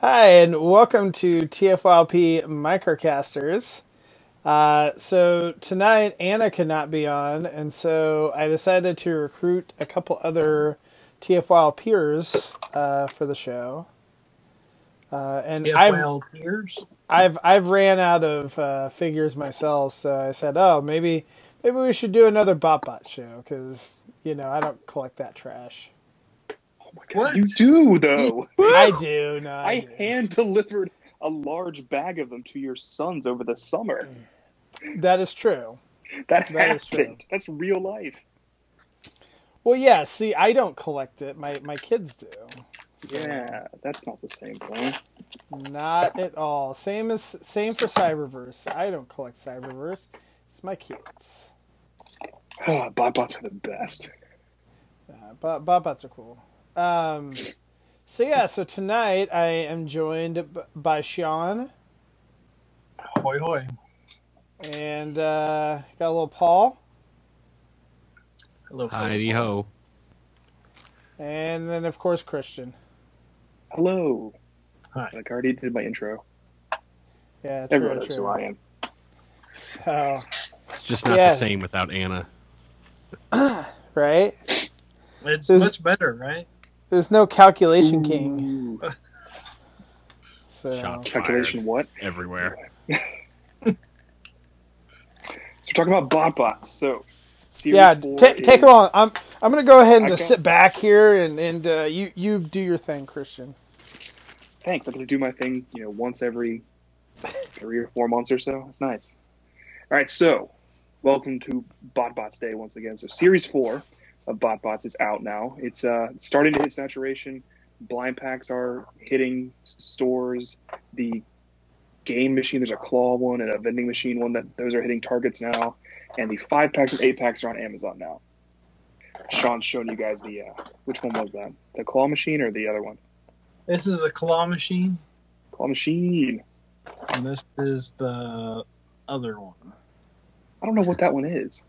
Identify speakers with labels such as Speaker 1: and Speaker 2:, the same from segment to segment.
Speaker 1: Hi, and welcome to TFYP Microcasters. Uh, so tonight Anna could not be on, and so I decided to recruit a couple other TFYL peers uh, for the show. Uh, and I've
Speaker 2: TFYL peers.
Speaker 1: I've I've ran out of uh, figures myself, so I said, oh, maybe maybe we should do another BotBot show because you know I don't collect that trash.
Speaker 3: Oh my god,
Speaker 2: What?
Speaker 3: you do
Speaker 2: You
Speaker 3: though.
Speaker 1: I
Speaker 2: do?
Speaker 1: do, no, I
Speaker 3: I
Speaker 1: do.
Speaker 3: hand delivered a large bag of them to your sons over the summer.
Speaker 1: That is true.
Speaker 3: That
Speaker 1: That is true.
Speaker 3: happened. That's real life.
Speaker 1: Well, yeah. See, I don't collect it. My my kids do. So
Speaker 3: Yeah, that's not the same thing.
Speaker 1: not at all. Same as same for Cyberverse. I don't collect Cyberverse. It's my kids.
Speaker 3: Oh, Botbots are the best.
Speaker 1: Uh, bot botbots are cool. Um. So yeah. So tonight I am joined b- by Sean
Speaker 2: Hoy hoy.
Speaker 1: and uh, got a little Paul
Speaker 2: Hello, fellow
Speaker 4: Heidi
Speaker 2: Paul.
Speaker 4: ho.
Speaker 1: and then of course Christian.
Speaker 3: Hello.
Speaker 2: Hi.
Speaker 3: Like I already did my intro.
Speaker 1: Yeah. True.
Speaker 3: Everyone knows who
Speaker 1: True.
Speaker 3: I am.
Speaker 1: So
Speaker 4: It's just not the
Speaker 1: yeah.
Speaker 4: same without Anna.
Speaker 1: Right.
Speaker 2: It's
Speaker 1: There's
Speaker 2: much better, right?
Speaker 1: there's no calculation king.
Speaker 3: Ooh.
Speaker 1: So
Speaker 4: Shots fired
Speaker 3: Calculation what?
Speaker 4: everywhere.
Speaker 3: Anyway. So we're talking about Botbots. So series
Speaker 1: Yeah,
Speaker 3: four
Speaker 1: take take it on.
Speaker 3: is
Speaker 1: I'm I'm gonna go ahead and
Speaker 3: I
Speaker 1: just
Speaker 3: got
Speaker 1: sit back here and and uh, you you do your thing, Christian.
Speaker 3: thanks. I'm gonna do my thing, you know, once every three or four months or so. It's nice. All right, so welcome to BotBots Day once again. So series four of BotBots is out now. It's uh, it's starting to hit saturation. Blind packs are hitting s- stores. The game machine, there's a claw one and a vending machine one that those are hitting targets now. And the five packs and eight packs are on Amazon now. Sean's showing you guys the uh, which one was that? The claw machine or the other one?
Speaker 2: This is a claw machine,
Speaker 3: Claw machine.
Speaker 2: and this is the other one.
Speaker 3: I don't know what that one is.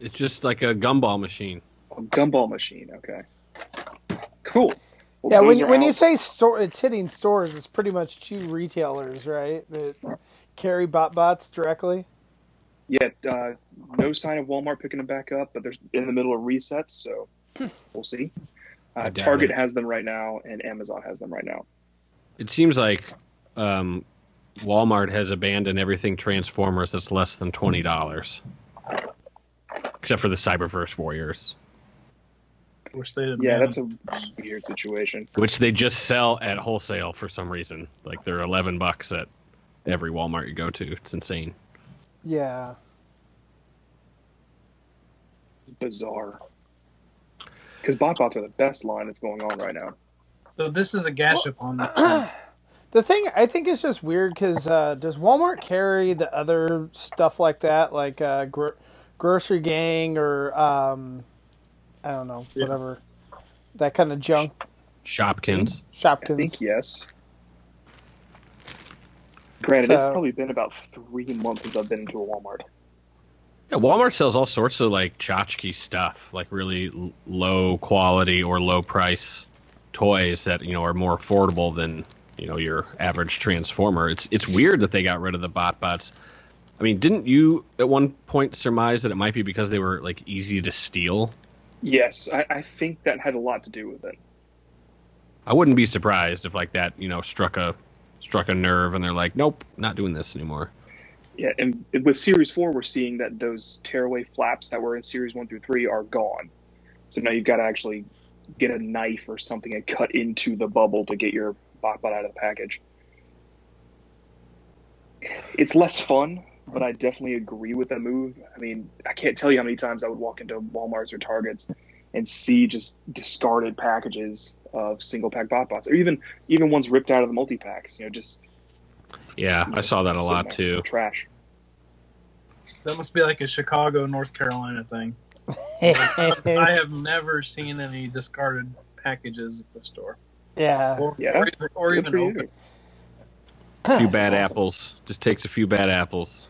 Speaker 4: It's just like a gumball machine.
Speaker 3: Oh, gumball machine. Okay, cool. Well,
Speaker 1: Yeah, when
Speaker 3: those
Speaker 1: you-
Speaker 3: are
Speaker 1: when you
Speaker 3: out.
Speaker 1: say store, it's hitting stores. It's pretty much two retailers, right? That carry bot bots directly.
Speaker 3: Yeah, uh, no sign of Walmart picking them back up, but they're in the middle of resets, so
Speaker 1: Hmm.
Speaker 3: we'll see.
Speaker 4: I
Speaker 3: Uh,
Speaker 4: doubt
Speaker 3: Target
Speaker 4: it.
Speaker 3: has them right now, and Amazon has them right now.
Speaker 4: It seems like um, Walmart has abandoned everything Transformers that's less than twenty dollars, except for the Cyberverse Warriors,
Speaker 2: Wish they'd
Speaker 3: Yeah,
Speaker 2: abandoned.
Speaker 3: that's a weird situation.
Speaker 4: which they just sell at wholesale for some reason. Like they're eleven bucks at every Walmart you go to. It's insane.
Speaker 1: Yeah,
Speaker 3: It's bizarre. Because BotBots are the best line that's going on right now.
Speaker 2: So this is a
Speaker 1: well,
Speaker 2: Gashapon machine.
Speaker 1: the thing I think is just weird because uh, does Walmart carry the other stuff like that, like uh, gro- grocery gang or um, I don't know,
Speaker 2: Yeah.
Speaker 1: whatever that kind of
Speaker 3: Sh-
Speaker 1: junk,
Speaker 3: Think?
Speaker 4: Shopkins.
Speaker 3: I think
Speaker 1: Shopkins.
Speaker 3: yes. Granted, it's
Speaker 1: So
Speaker 3: probably been about three months since I've been into a Walmart.
Speaker 4: Yeah, Walmart sells all sorts of like tchotchke stuff, like really l- low quality or low price toys that you know are more affordable than you know your average transformer. It's it's weird that they got rid of the bot bots. I mean, didn't you at one point surmise that it might be because they were like easy to steal?
Speaker 3: Yes, I, I think that had a lot to do with it.
Speaker 4: I wouldn't be surprised if like that you know struck a struck a nerve and they're like, nope, not doing this anymore.
Speaker 3: Yeah, and with Series 4, we're seeing that those tearaway flaps that were in Series 1 through 3 are gone. So now you've got to actually get a knife or something and cut into the bubble to get your bot out of the package. It's less fun, but I definitely agree with that move. I mean, I can't tell you how many times I would walk into Walmart's or Targets and see just discarded packages of single pack bot bots, or even even ones ripped out of the multi packs. You know, just
Speaker 4: Yeah,
Speaker 3: you
Speaker 4: I
Speaker 3: know
Speaker 4: saw that a
Speaker 3: sitting
Speaker 4: lot
Speaker 3: there,
Speaker 4: too.
Speaker 3: trash.
Speaker 2: That must be like a Chicago, North Carolina thing. Like I have never seen any discarded packages at the store,
Speaker 1: yeah.
Speaker 2: or
Speaker 3: Yeah,
Speaker 2: or even, or
Speaker 3: good
Speaker 2: even
Speaker 3: for
Speaker 2: open.
Speaker 3: you.
Speaker 4: few
Speaker 3: That's
Speaker 4: bad
Speaker 3: awesome.
Speaker 4: apples just takes a few bad apples.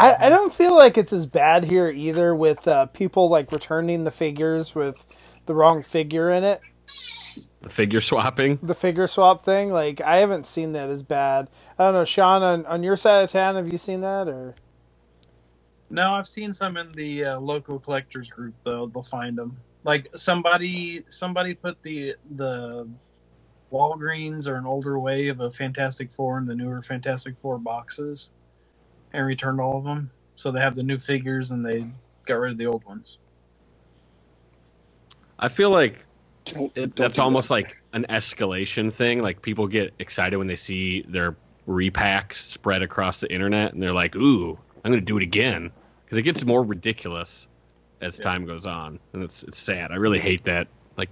Speaker 1: I, I
Speaker 2: hmm
Speaker 1: don't feel like it's as bad here either with uh, people like returning the figures with the wrong figure in it.
Speaker 4: The figure swapping.
Speaker 1: the figure swap thing. Like I haven't seen that as bad. I don't know, Sean. On, on your side of town, have you seen that or?
Speaker 2: No, I've seen some in the uh, local collectors group though. They'll find them. Like somebody, somebody put the the Walgreens or an older wave of Fantastic Four in the newer Fantastic Four boxes, and returned all of them. So they have the new figures and they got rid of the old ones.
Speaker 4: I feel like
Speaker 3: Don't,
Speaker 4: it,
Speaker 3: don't do
Speaker 4: that's
Speaker 3: that.
Speaker 4: almost like an escalation thing. Like people get excited when they see their repacks spread across the internet, and they're like, "Ooh, I'm going to do it again," because it gets more ridiculous as
Speaker 2: Yeah.
Speaker 4: time goes on, and it's it's sad. I really hate that. Like,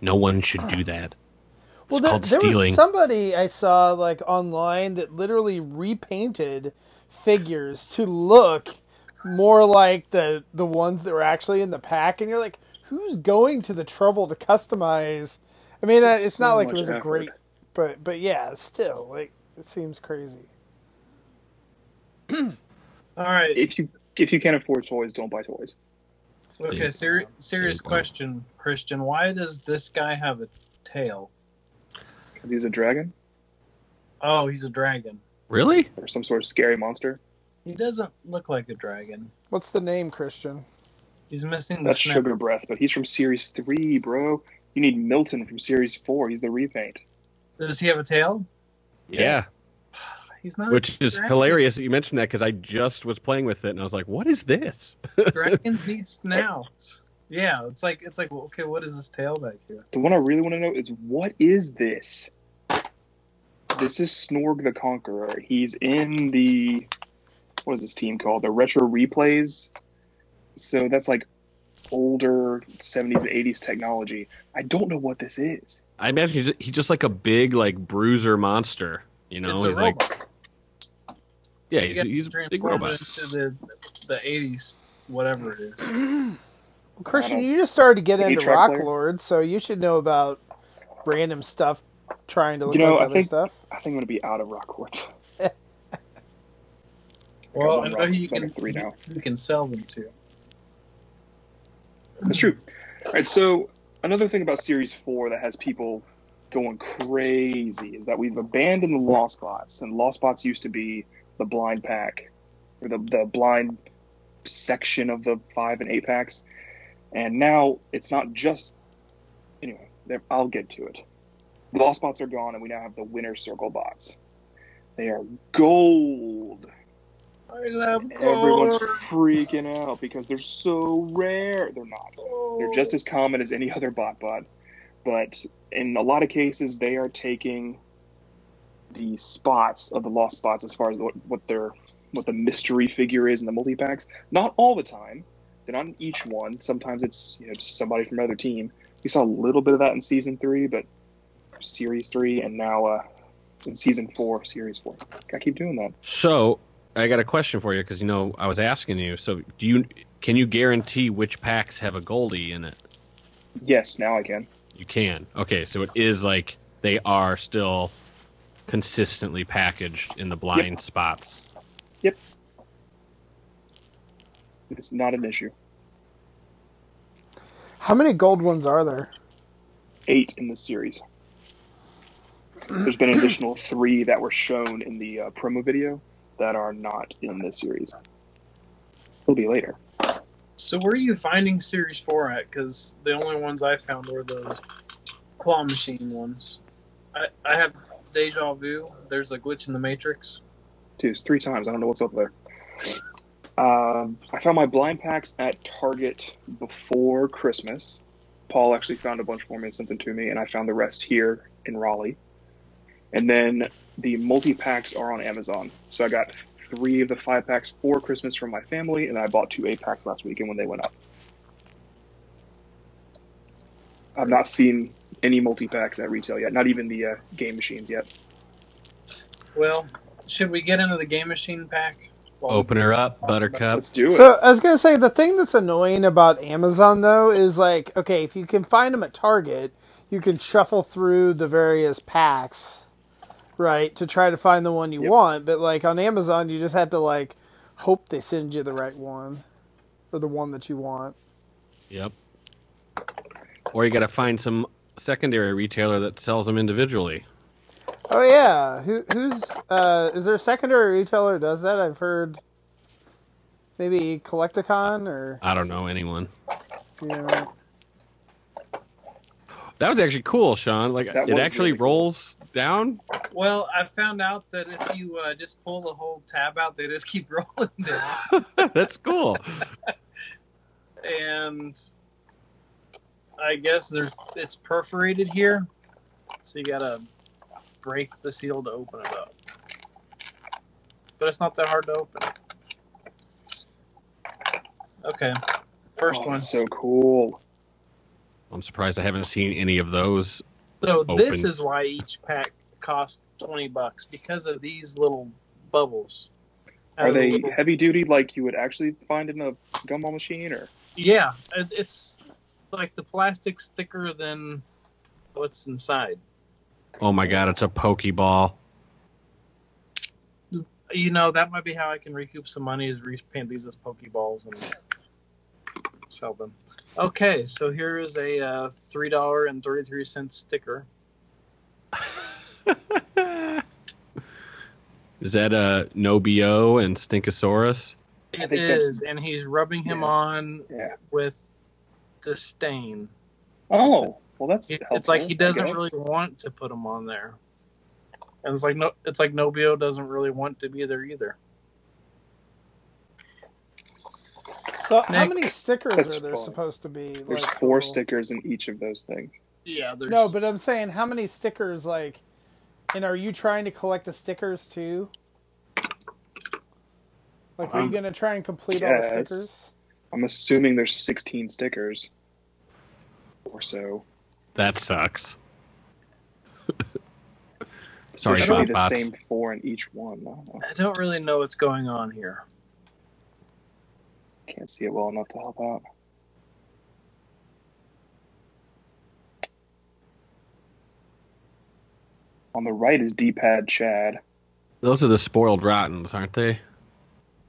Speaker 4: no one should do that. It's
Speaker 1: Well, there,
Speaker 4: called
Speaker 1: there
Speaker 4: stealing.
Speaker 1: was somebody I saw like online that literally repainted figures to look more like the the ones that were actually in the pack, and you're like, who's going to the trouble to customize? I mean, uh,
Speaker 3: There's
Speaker 1: it's not
Speaker 3: so
Speaker 1: like it
Speaker 3: much
Speaker 1: was a
Speaker 3: effort.
Speaker 1: great, but but yeah, still like it seems crazy.
Speaker 2: All right.
Speaker 3: if you if you can't afford toys, don't buy toys.
Speaker 2: Okay. Ser- serious
Speaker 4: Yeah.
Speaker 2: question, Christian. Why does this guy have a tail?
Speaker 3: Because he's a dragon
Speaker 2: Oh, he's a dragon.
Speaker 4: Really?
Speaker 3: or some sort of scary monster.
Speaker 2: He doesn't look like a dragon.
Speaker 1: What's the name, Christian?
Speaker 2: He's missing the
Speaker 3: That's
Speaker 2: snap.
Speaker 3: Sugar Breath, but he's from Series 3, bro. You need Milton from Series 4. He's the repaint.
Speaker 2: Does he have a tail?
Speaker 4: Yeah.
Speaker 2: He's not.
Speaker 4: Which
Speaker 2: a
Speaker 4: is
Speaker 2: dragon.
Speaker 4: hilarious that you mentioned that because I just was playing with it and I was like, "What is this?"
Speaker 2: Dragons need snouts. Yeah, it's like it's like well, okay, what is this tail back here?
Speaker 3: The one I really want to know is what is this? This is Snorg the Conqueror. He's in the what is this team called? The Retro Replays. So that's like older 70s and 80s technology. I don't know what this is.
Speaker 4: I imagine he's- he's just like a big like bruiser monster. You know,
Speaker 2: it's a
Speaker 4: he's
Speaker 2: robot.
Speaker 4: like yeah,
Speaker 2: You
Speaker 4: he's,
Speaker 2: gotta
Speaker 4: he's a big
Speaker 2: transform
Speaker 4: robot.
Speaker 2: it into the the eighties, whatever it is.
Speaker 1: Well, Christian,
Speaker 3: don't-
Speaker 1: you just started to get into
Speaker 3: eight-track
Speaker 1: Rock
Speaker 3: player?
Speaker 1: Lord, so you should know about random stuff trying to look
Speaker 3: know,
Speaker 1: like
Speaker 3: I
Speaker 1: other
Speaker 3: think-
Speaker 1: stuff.
Speaker 3: I think I'm gonna be out of Rockport.
Speaker 2: Well, I
Speaker 3: one
Speaker 2: know
Speaker 3: rock,
Speaker 2: who you
Speaker 3: better
Speaker 2: can
Speaker 3: three now.
Speaker 2: you can sell them to.
Speaker 3: That's true. All right, so another thing about Series 4 that has people going crazy is that we've abandoned the Lost Bots, and Lost Bots used to be the blind pack, or the, the blind section of the 5 and 8 packs, and now it's not just. Anyway, there- I'll get to it. The Lost Bots are gone, and we now have the Winner Circle Bots. They are gold.
Speaker 2: I love
Speaker 3: Everyone's
Speaker 2: gold.
Speaker 3: freaking out because they're so rare. They're not. They're just as common as any other bot bot, but in a lot of cases, they are taking the spots of the lost bots as far as what, what their what the mystery figure is in the multi packs. Not all the time. They're not in each one. Sometimes it's you know just somebody from another team. We saw a little bit of that in season three, but series three, and now uh, in season four, series four. I keep doing that.
Speaker 4: So I got a question for you because you know I was asking you. So do you can you guarantee which packs have a Goldie in it?
Speaker 3: Yes, now I can.
Speaker 4: You can. Okay, so it is like they are still consistently packaged in the blind spots.
Speaker 3: It's not an issue.
Speaker 1: How many gold ones are there?
Speaker 3: eight in the series. There's been an additional three that were shown in the uh, promo video that are not in this series. They'll be later.
Speaker 2: So where are you finding Series Four at? Because the only ones I found were those claw machine ones. I, I have deja vu. There's a glitch in the matrix.
Speaker 3: Dude, it's three times. I don't know what's up there. Um, I found my blind packs at Target before Christmas. Paul actually found a bunch for me and sent them to me, and I found the rest here in Raleigh. And then the multi packs are on Amazon. So I got three of the five packs for Christmas from my family, and I bought two eight packs last weekend when they went up. I've not seen any multi packs at retail yet, not even the uh, game machines yet.
Speaker 2: Well, should we get into the game machine pack? Well,
Speaker 4: Open her up, Buttercup.
Speaker 3: Let's do it.
Speaker 1: So I was gonna say the thing that's annoying about Amazon though is like, okay, if you can find them at Target, you can shuffle through the various packs, right, to try to find the one you
Speaker 3: Yep.
Speaker 1: want. But like on Amazon, you just have to like hope they send you the right one or the one that you want.
Speaker 4: Yep. Or you got to find some secondary retailer that sells them individually.
Speaker 1: Oh yeah, who who's uh, is there a secondary retailer who does that? I've heard maybe Collecticon or
Speaker 4: I don't know anyone.
Speaker 1: you know,
Speaker 4: That was actually cool, Sean. Like
Speaker 3: That
Speaker 4: it
Speaker 3: was
Speaker 4: actually
Speaker 3: really cool.
Speaker 4: rolls down.
Speaker 2: Well, I found out that if you uh, just pull the whole tab out, they just keep rolling down.
Speaker 4: That's cool.
Speaker 2: and I guess there's it's perforated here, so you gotta break the seal to open it up. But it's not that hard to open. Okay, first
Speaker 3: Oh,
Speaker 2: one.
Speaker 3: that's so cool.
Speaker 4: I'm surprised I haven't seen any of those.
Speaker 2: So this
Speaker 4: Open.
Speaker 2: is why each pack costs twenty bucks because of these little bubbles.
Speaker 3: Are
Speaker 2: Has a
Speaker 3: they
Speaker 2: little-
Speaker 3: heavy duty like you would actually find in a gumball machine, or
Speaker 2: Yeah, it- it's like the plastic's thicker than what's inside.
Speaker 4: Oh my god, it's a Pokeball.
Speaker 2: you know that might be how I can recoup some money is repaint these as pokeballs and sell them. Okay, so here is a uh, three dollar and thirty three cent sticker.
Speaker 4: Is that a Nobio and Stinkosaurus?
Speaker 3: I
Speaker 2: It
Speaker 3: think that's-
Speaker 2: is, and he's rubbing him
Speaker 3: Yeah.
Speaker 2: on
Speaker 3: yeah?
Speaker 2: with disdain.
Speaker 3: Oh, well, that's
Speaker 2: It-
Speaker 3: helpful,
Speaker 2: It's like
Speaker 3: I
Speaker 2: he doesn't
Speaker 3: guess.
Speaker 2: really want to put him on there, and it's like no, it's like Nobio doesn't really want to be there either.
Speaker 1: so how
Speaker 2: Nick,
Speaker 1: many stickers
Speaker 3: that's
Speaker 1: are there
Speaker 3: fun.
Speaker 1: supposed to be?
Speaker 3: There's
Speaker 1: like,
Speaker 3: four
Speaker 1: total?
Speaker 3: stickers in each of those things.
Speaker 2: Yeah, there's
Speaker 1: No, but I'm saying how many stickers like, and are you trying to collect the stickers too? Like, are you
Speaker 2: Um,
Speaker 1: gonna try and complete all the
Speaker 3: yes.
Speaker 1: stickers?
Speaker 3: I'm assuming there's 16 stickers or so.
Speaker 4: That sucks. Sorry
Speaker 3: there should
Speaker 4: about
Speaker 3: be the
Speaker 4: bots.
Speaker 3: same four in each one. I don't know.
Speaker 2: I don't really know what's going on here.
Speaker 3: Can't see it well enough to help out. On the right is D-pad Chad.
Speaker 4: Those are the spoiled rottens, aren't they?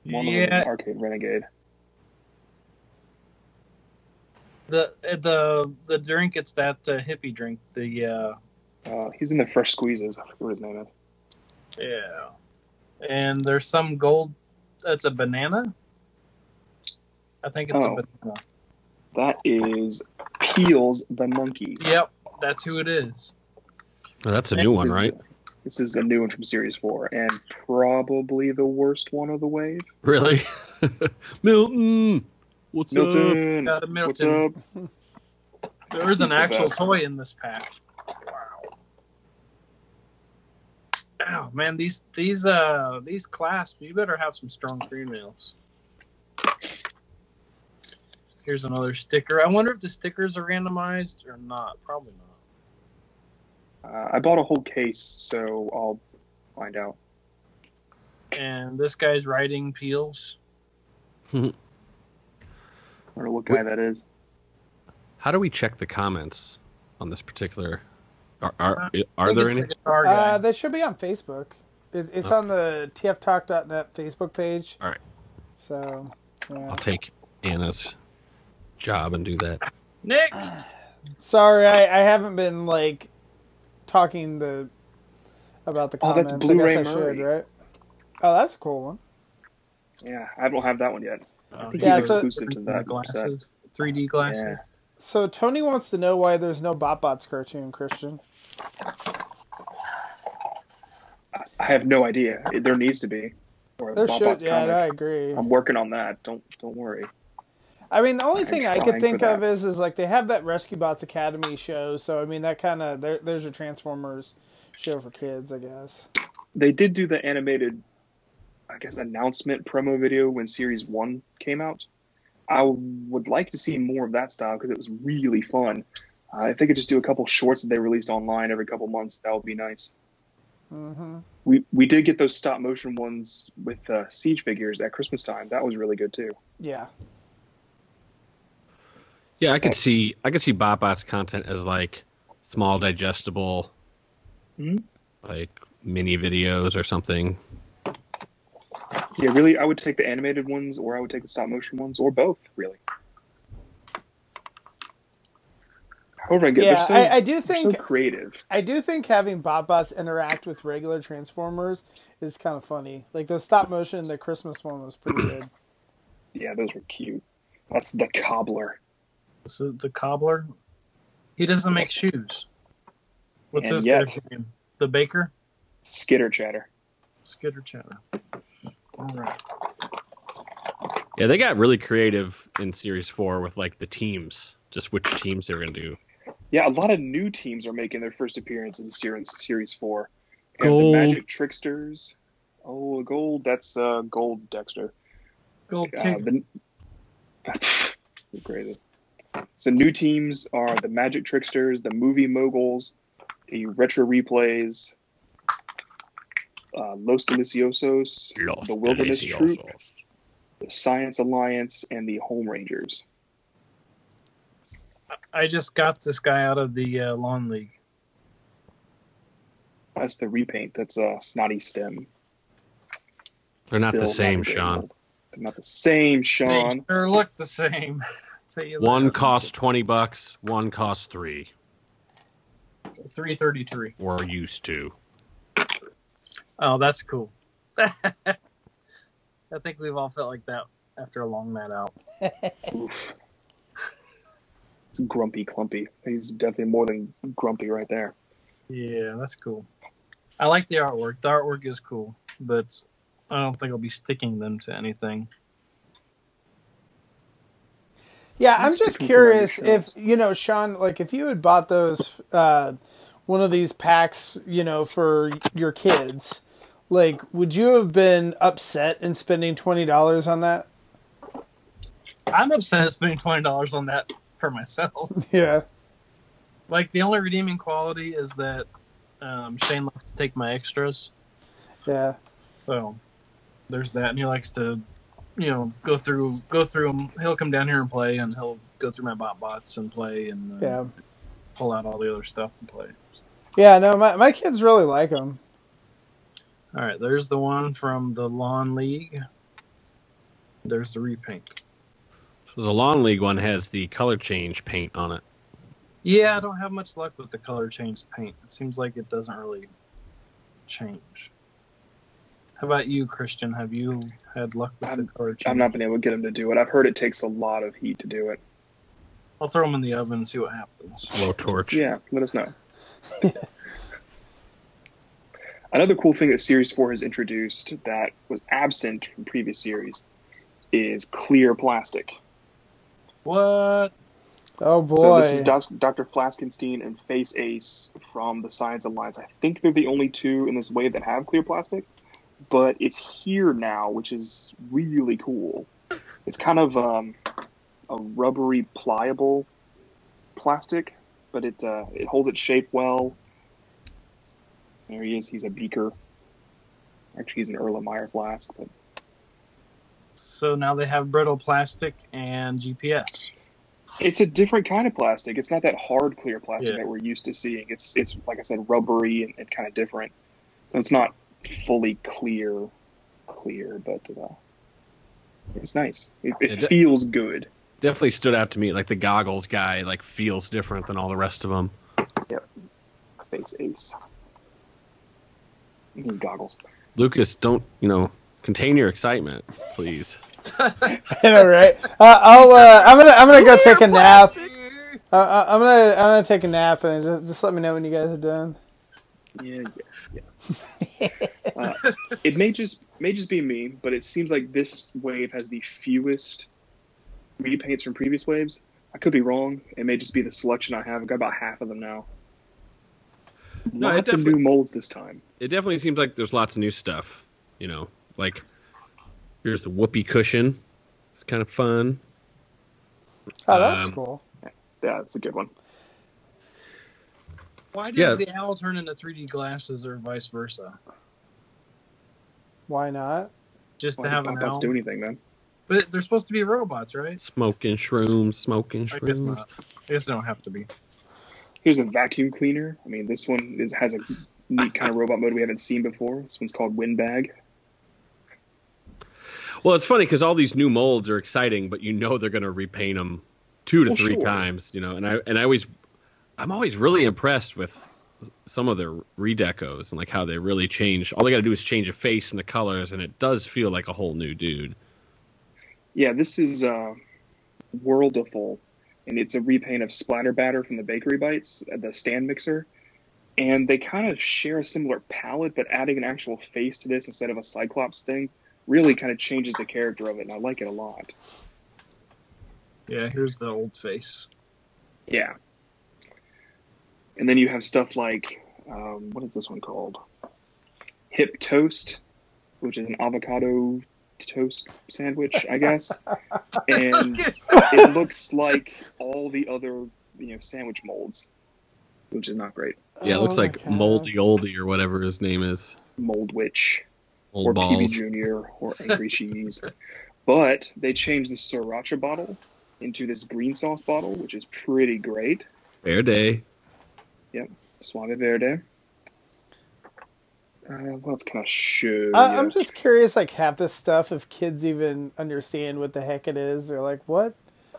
Speaker 3: One of them
Speaker 2: yeah,
Speaker 3: is Arcade Renegade.
Speaker 2: the eh, the the drink it's that uh, hippie drink the uh
Speaker 3: Uh, he's in the fresh squeezes. I forget what his name is.
Speaker 2: yeah and there's some gold that's a banana i think it's
Speaker 3: Oh.
Speaker 2: a banana
Speaker 3: That is Peels the Monkey.
Speaker 2: yep that's who it is
Speaker 4: Oh, that's a new one,
Speaker 3: This is-
Speaker 4: right?
Speaker 3: This is a new one from Series 4, and probably the worst one of the wave.
Speaker 4: Really? Milton! What's up?
Speaker 3: Milton!
Speaker 2: uh,
Speaker 3: What's
Speaker 2: Middleton.
Speaker 3: up?
Speaker 2: there is an
Speaker 3: What's
Speaker 2: actual
Speaker 3: that?
Speaker 2: toy in this pack wow oh man these these uh these clasps you better have some strong females here's another sticker i wonder if the stickers are randomized or not probably not
Speaker 3: Uh, I bought a whole case, so I'll find out.
Speaker 2: and this guy's riding peels.
Speaker 3: I don't know what guy that is.
Speaker 4: How do we check the comments on this particular? Are are, are
Speaker 2: I think
Speaker 4: there
Speaker 2: it's
Speaker 4: any?
Speaker 2: The guitar guy.
Speaker 1: Uh, they should be on Facebook. It, it's on the tftalk.net Facebook page.
Speaker 4: All right.
Speaker 1: So, yeah.
Speaker 4: I'll take Anna's job and do that.
Speaker 2: Next,
Speaker 1: sorry, I, I haven't been like talking the about the
Speaker 3: Oh,
Speaker 1: comments.
Speaker 3: that's
Speaker 1: I guess
Speaker 3: Blu-ray
Speaker 1: I should,
Speaker 3: Murray.
Speaker 1: right? Oh, that's a cool one.
Speaker 3: Yeah, I don't have that one yet.
Speaker 1: he's Yeah, so-
Speaker 3: exclusive to that
Speaker 2: glasses, 3D glasses.
Speaker 3: Yeah.
Speaker 1: So Tony wants to know why there's no BotBots cartoon, Christian.
Speaker 3: I have no idea. There needs to be. Or
Speaker 1: There
Speaker 3: Bob
Speaker 1: should,
Speaker 3: Bot's
Speaker 1: yeah,
Speaker 3: comic.
Speaker 1: I agree.
Speaker 3: I'm working on that. Don't don't worry.
Speaker 1: I mean, the only
Speaker 3: I'm
Speaker 1: thing I
Speaker 3: trying
Speaker 1: could
Speaker 3: for
Speaker 1: think of
Speaker 3: that.
Speaker 1: is is like they have that Rescue Bots Academy show. So I mean, that kind of there, there's your Transformers show for kids, I guess.
Speaker 3: They did do the animated, I guess, announcement promo video when Series One came out. I would like to see more of that style because it was really fun. Uh, if they could just do a couple shorts that they released online every couple months, that would be nice.
Speaker 1: hmm
Speaker 3: We we did get those stop motion ones with uh, siege figures at Christmas time. That was really good too.
Speaker 1: Yeah.
Speaker 4: Yeah, I could
Speaker 3: Yes.
Speaker 4: see I could see BotBot's content as like small digestible,
Speaker 3: Mhm.
Speaker 4: like mini videos or something.
Speaker 3: Yeah, really, I would take the animated ones, or I would take the stop motion ones, or both, really. However, I get
Speaker 1: Yeah,
Speaker 3: they're so,
Speaker 1: I, I do
Speaker 3: they're
Speaker 1: think
Speaker 3: so creative.
Speaker 1: I do think having BotBots interact with regular Transformers is kind of funny. Like the stop motion, the Christmas one was pretty good.
Speaker 3: Yeah, those were cute. That's the cobbler.
Speaker 2: So the cobbler, he doesn't make shoes. What's
Speaker 3: And
Speaker 2: this
Speaker 3: yet-
Speaker 2: guy's name? The baker,
Speaker 3: Skitter chatter.
Speaker 2: Skitter Chatter. All right.
Speaker 4: Yeah, they got really creative in series four with like the teams, just which teams they're gonna do.
Speaker 3: Yeah, a lot of new teams are making their first appearance in series series four. We have
Speaker 4: Gold.
Speaker 3: the Magic Tricksters. Oh, gold. That's uh, gold Dexter.
Speaker 2: Gold
Speaker 3: Uh,
Speaker 2: Tick-
Speaker 3: the... You're crazy. So new teams are the Magic Tricksters, the Movie Moguls, the Retro Replays, uh, Los Deliciosos,
Speaker 4: Los
Speaker 3: the Wilderness
Speaker 4: Deliciosos.
Speaker 3: Troop, the Science Alliance, and the Home Rangers.
Speaker 2: I just got this guy out of the uh, lawn league.
Speaker 3: That's the repaint. That's uh, Snotty Stem.
Speaker 4: They're not the
Speaker 3: Still
Speaker 4: same,
Speaker 3: a great
Speaker 4: Sean.
Speaker 3: one. They're not the same, Sean.
Speaker 2: They sure look the same. Tell you
Speaker 4: One
Speaker 2: that.
Speaker 4: costs twenty bucks, one costs three,
Speaker 2: three thirty three.
Speaker 4: or used to.
Speaker 2: Oh, that's cool. I think we've all felt like that after a long night out.
Speaker 3: Oof. It's grumpy clumpy. He's definitely more than grumpy right there.
Speaker 2: Yeah, that's cool. I like the artwork. The artwork is cool, but I don't think I'll be sticking them to anything.
Speaker 1: Yeah, I'm
Speaker 3: Let's
Speaker 1: just
Speaker 3: stick them to
Speaker 1: curious
Speaker 3: regular
Speaker 1: if you know, Sean, like if you had bought those uh, one of these packs, you know, for your kids, like would you have been upset in spending twenty dollars on that?
Speaker 2: I'm upset at spending twenty dollars on that for myself.
Speaker 1: Yeah.
Speaker 2: like the only redeeming quality is that um, Shane likes to take my extras,
Speaker 1: Yeah.
Speaker 2: so there's that, and he likes to, you know, go through go through 'em. He'll come down here and play, and he'll go through my bot bots and play, and uh,
Speaker 1: Yeah.
Speaker 2: pull out all the other stuff and play.
Speaker 1: Yeah, no, my, my kids really like them.
Speaker 2: All right, there's the one from the Lawn League. There's the repaint.
Speaker 4: So the lawn league one has the color change paint on it.
Speaker 2: Yeah, I don't have much luck with the color change paint. It seems like it doesn't really change. How about you, Christian? Have you had luck with the color change?
Speaker 3: I've not been able to get him to do it. I've heard it takes a lot of heat to do it.
Speaker 2: I'll throw them in the oven and see what happens.
Speaker 4: Slow torch.
Speaker 3: Yeah, let us know. Another cool thing that Series 4 has introduced that was absent from previous series is clear plastic.
Speaker 2: What?
Speaker 1: Oh
Speaker 3: So
Speaker 1: boy.
Speaker 3: this is Doc- Dr. Flaskenstein and Face Ace from the Science Alliance. I think they're the only two in this wave that have clear plastic, but it's here now, which is really cool. It's kind of um, a rubbery, pliable plastic, but it uh, it holds its shape well. There he is. He's a beaker. Actually, he's an Erlenmeyer flask, but
Speaker 2: So now they have brittle plastic and GPS.
Speaker 3: It's a different kind of plastic. It's not that hard clear plastic
Speaker 2: Yeah.
Speaker 3: that we're used to seeing. It's it's like I said, rubbery and, and kind of different. So it's not fully clear, clear, but uh, it's nice. It,
Speaker 4: It
Speaker 3: it
Speaker 4: d-
Speaker 3: feels good.
Speaker 4: Definitely stood out to me. Like the goggles guy, like feels different than all the rest of them.
Speaker 3: Face Ace. These goggles.
Speaker 4: Lucas, don't you know? Contain your excitement, please.
Speaker 1: I know, right? Uh, I'll. Uh, I'm gonna. I'm gonna go take a nap. Uh, Uh, I'm gonna. I'm gonna take a nap and just, just let me know when you guys are done.
Speaker 3: Yeah, yeah, yeah. uh, it may just may just be me, but it seems like this wave has the fewest repaints from previous waves. I could be wrong. It may just be the selection I have. I've got about half of them now.
Speaker 4: No, it
Speaker 3: Lots of
Speaker 4: definitely-
Speaker 3: new molds this time.
Speaker 4: It definitely seems like there's lots of new stuff. You know, like here's the whoopee cushion. It's kind of fun.
Speaker 1: Oh, that's
Speaker 4: Um,
Speaker 1: cool.
Speaker 3: Yeah, that's a good one.
Speaker 2: Why does
Speaker 4: Yeah.
Speaker 2: the owl turn into 3D glasses or vice versa? Why
Speaker 1: Why not?
Speaker 2: Just to
Speaker 3: Why
Speaker 2: have
Speaker 3: did
Speaker 2: an
Speaker 3: Bob Bots
Speaker 2: owl.
Speaker 3: do anything then?
Speaker 2: But they're supposed to be robots, right?
Speaker 4: Smoking shrooms, smoking
Speaker 2: I guess
Speaker 4: shrooms.
Speaker 2: not. I guess they don't have to be.
Speaker 3: Here's a vacuum cleaner. I mean, this one is has a neat kind of robot mode we haven't seen before. This one's called Windbag.
Speaker 4: Well, it's funny because all these new molds are exciting, but you know they're going to repaint them two
Speaker 2: Oh,
Speaker 4: to
Speaker 3: Well,
Speaker 4: three
Speaker 3: sure.
Speaker 4: times. You know, and I and I always I'm always really impressed with some of their redecos and like how they really change. All they got to do is change a face and the colors, and it does feel like a whole new dude.
Speaker 3: Yeah, this is uh, Worldiful, and it's a repaint of Splatter Batter from the Bakery Bites, uh, the stand mixer. And they kind of share a similar palette, but adding an actual face to this instead of a Cyclops thing really kind of changes the character of it, and I like it a lot.
Speaker 2: Yeah, here's the old face.
Speaker 3: Yeah. And then you have stuff like, um, what is this one called? Hip Toast, which is an avocado toast sandwich, I guess. and it looks like all the other, you know, sandwich molds, which is not great.
Speaker 4: Yeah, it
Speaker 1: Oh
Speaker 4: looks
Speaker 1: my
Speaker 4: like
Speaker 1: God.
Speaker 4: Moldy Oldie or whatever his name is.
Speaker 3: Mold Witch,
Speaker 4: Old
Speaker 3: or PB
Speaker 4: balls.
Speaker 3: Junior, or Angry Cheese. But they changed the sriracha bottle into this green sauce bottle, which is pretty great.
Speaker 4: Fair day.
Speaker 3: Suave Verde. Uh, what else can I show?
Speaker 1: I,
Speaker 3: you?
Speaker 1: Uh, I'm just curious, like half this stuff, if kids even understand what the heck it is. They're like, "What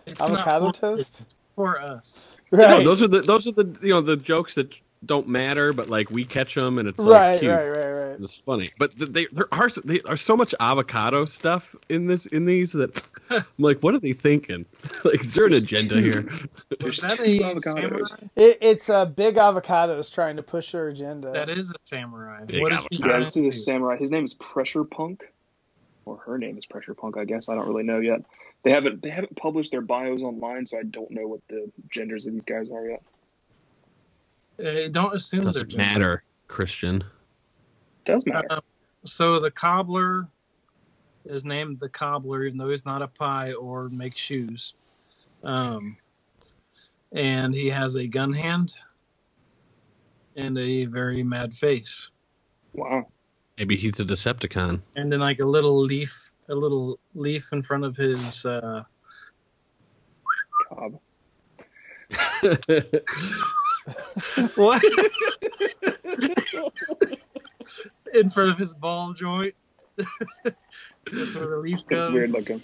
Speaker 2: It's not
Speaker 1: avocado
Speaker 2: for-
Speaker 1: toast?"
Speaker 2: it's for us.
Speaker 4: No,
Speaker 1: Right,
Speaker 4: those are the those are the you know the jokes that don't matter, but like we catch them and it's like,
Speaker 1: right,
Speaker 4: cute.
Speaker 1: right, right, right.
Speaker 4: It's funny, but th- they, there are so- they are so much avocado stuff in this in these that I'm like, what are they thinking? like, is there an agenda here?
Speaker 2: Was
Speaker 3: There's
Speaker 2: that
Speaker 3: two
Speaker 2: a
Speaker 3: avocados.
Speaker 2: samurai?
Speaker 1: It, it's uh, big avocados trying to push their agenda.
Speaker 2: That is a samurai.
Speaker 4: Big
Speaker 2: what is he
Speaker 3: Yeah,
Speaker 4: avocado.
Speaker 2: trying
Speaker 3: this is
Speaker 2: to
Speaker 3: a
Speaker 2: do?
Speaker 3: samurai. His name is Pressure Punk, or her name is Pressure Punk. I guess I don't really know yet. They haven't they haven't published their bios online, so I don't know what the genders of these guys are yet.
Speaker 2: Uh, don't assume they're
Speaker 4: Doesn't
Speaker 2: gender.
Speaker 4: matter, Christian.
Speaker 3: Does matter.
Speaker 2: Uh, so the cobbler is named the cobbler, even though he's not a pie or makes shoes. Um, and he has a gun hand and a very mad face,
Speaker 3: Wow.
Speaker 4: Maybe he's a Decepticon.
Speaker 2: and then like a little leaf, a little leaf in front of his. Uh,
Speaker 3: Cobb.
Speaker 4: Uh, what?
Speaker 2: in front of his ball joint. That's where the leaf
Speaker 3: That's
Speaker 2: goes.
Speaker 3: weird looking.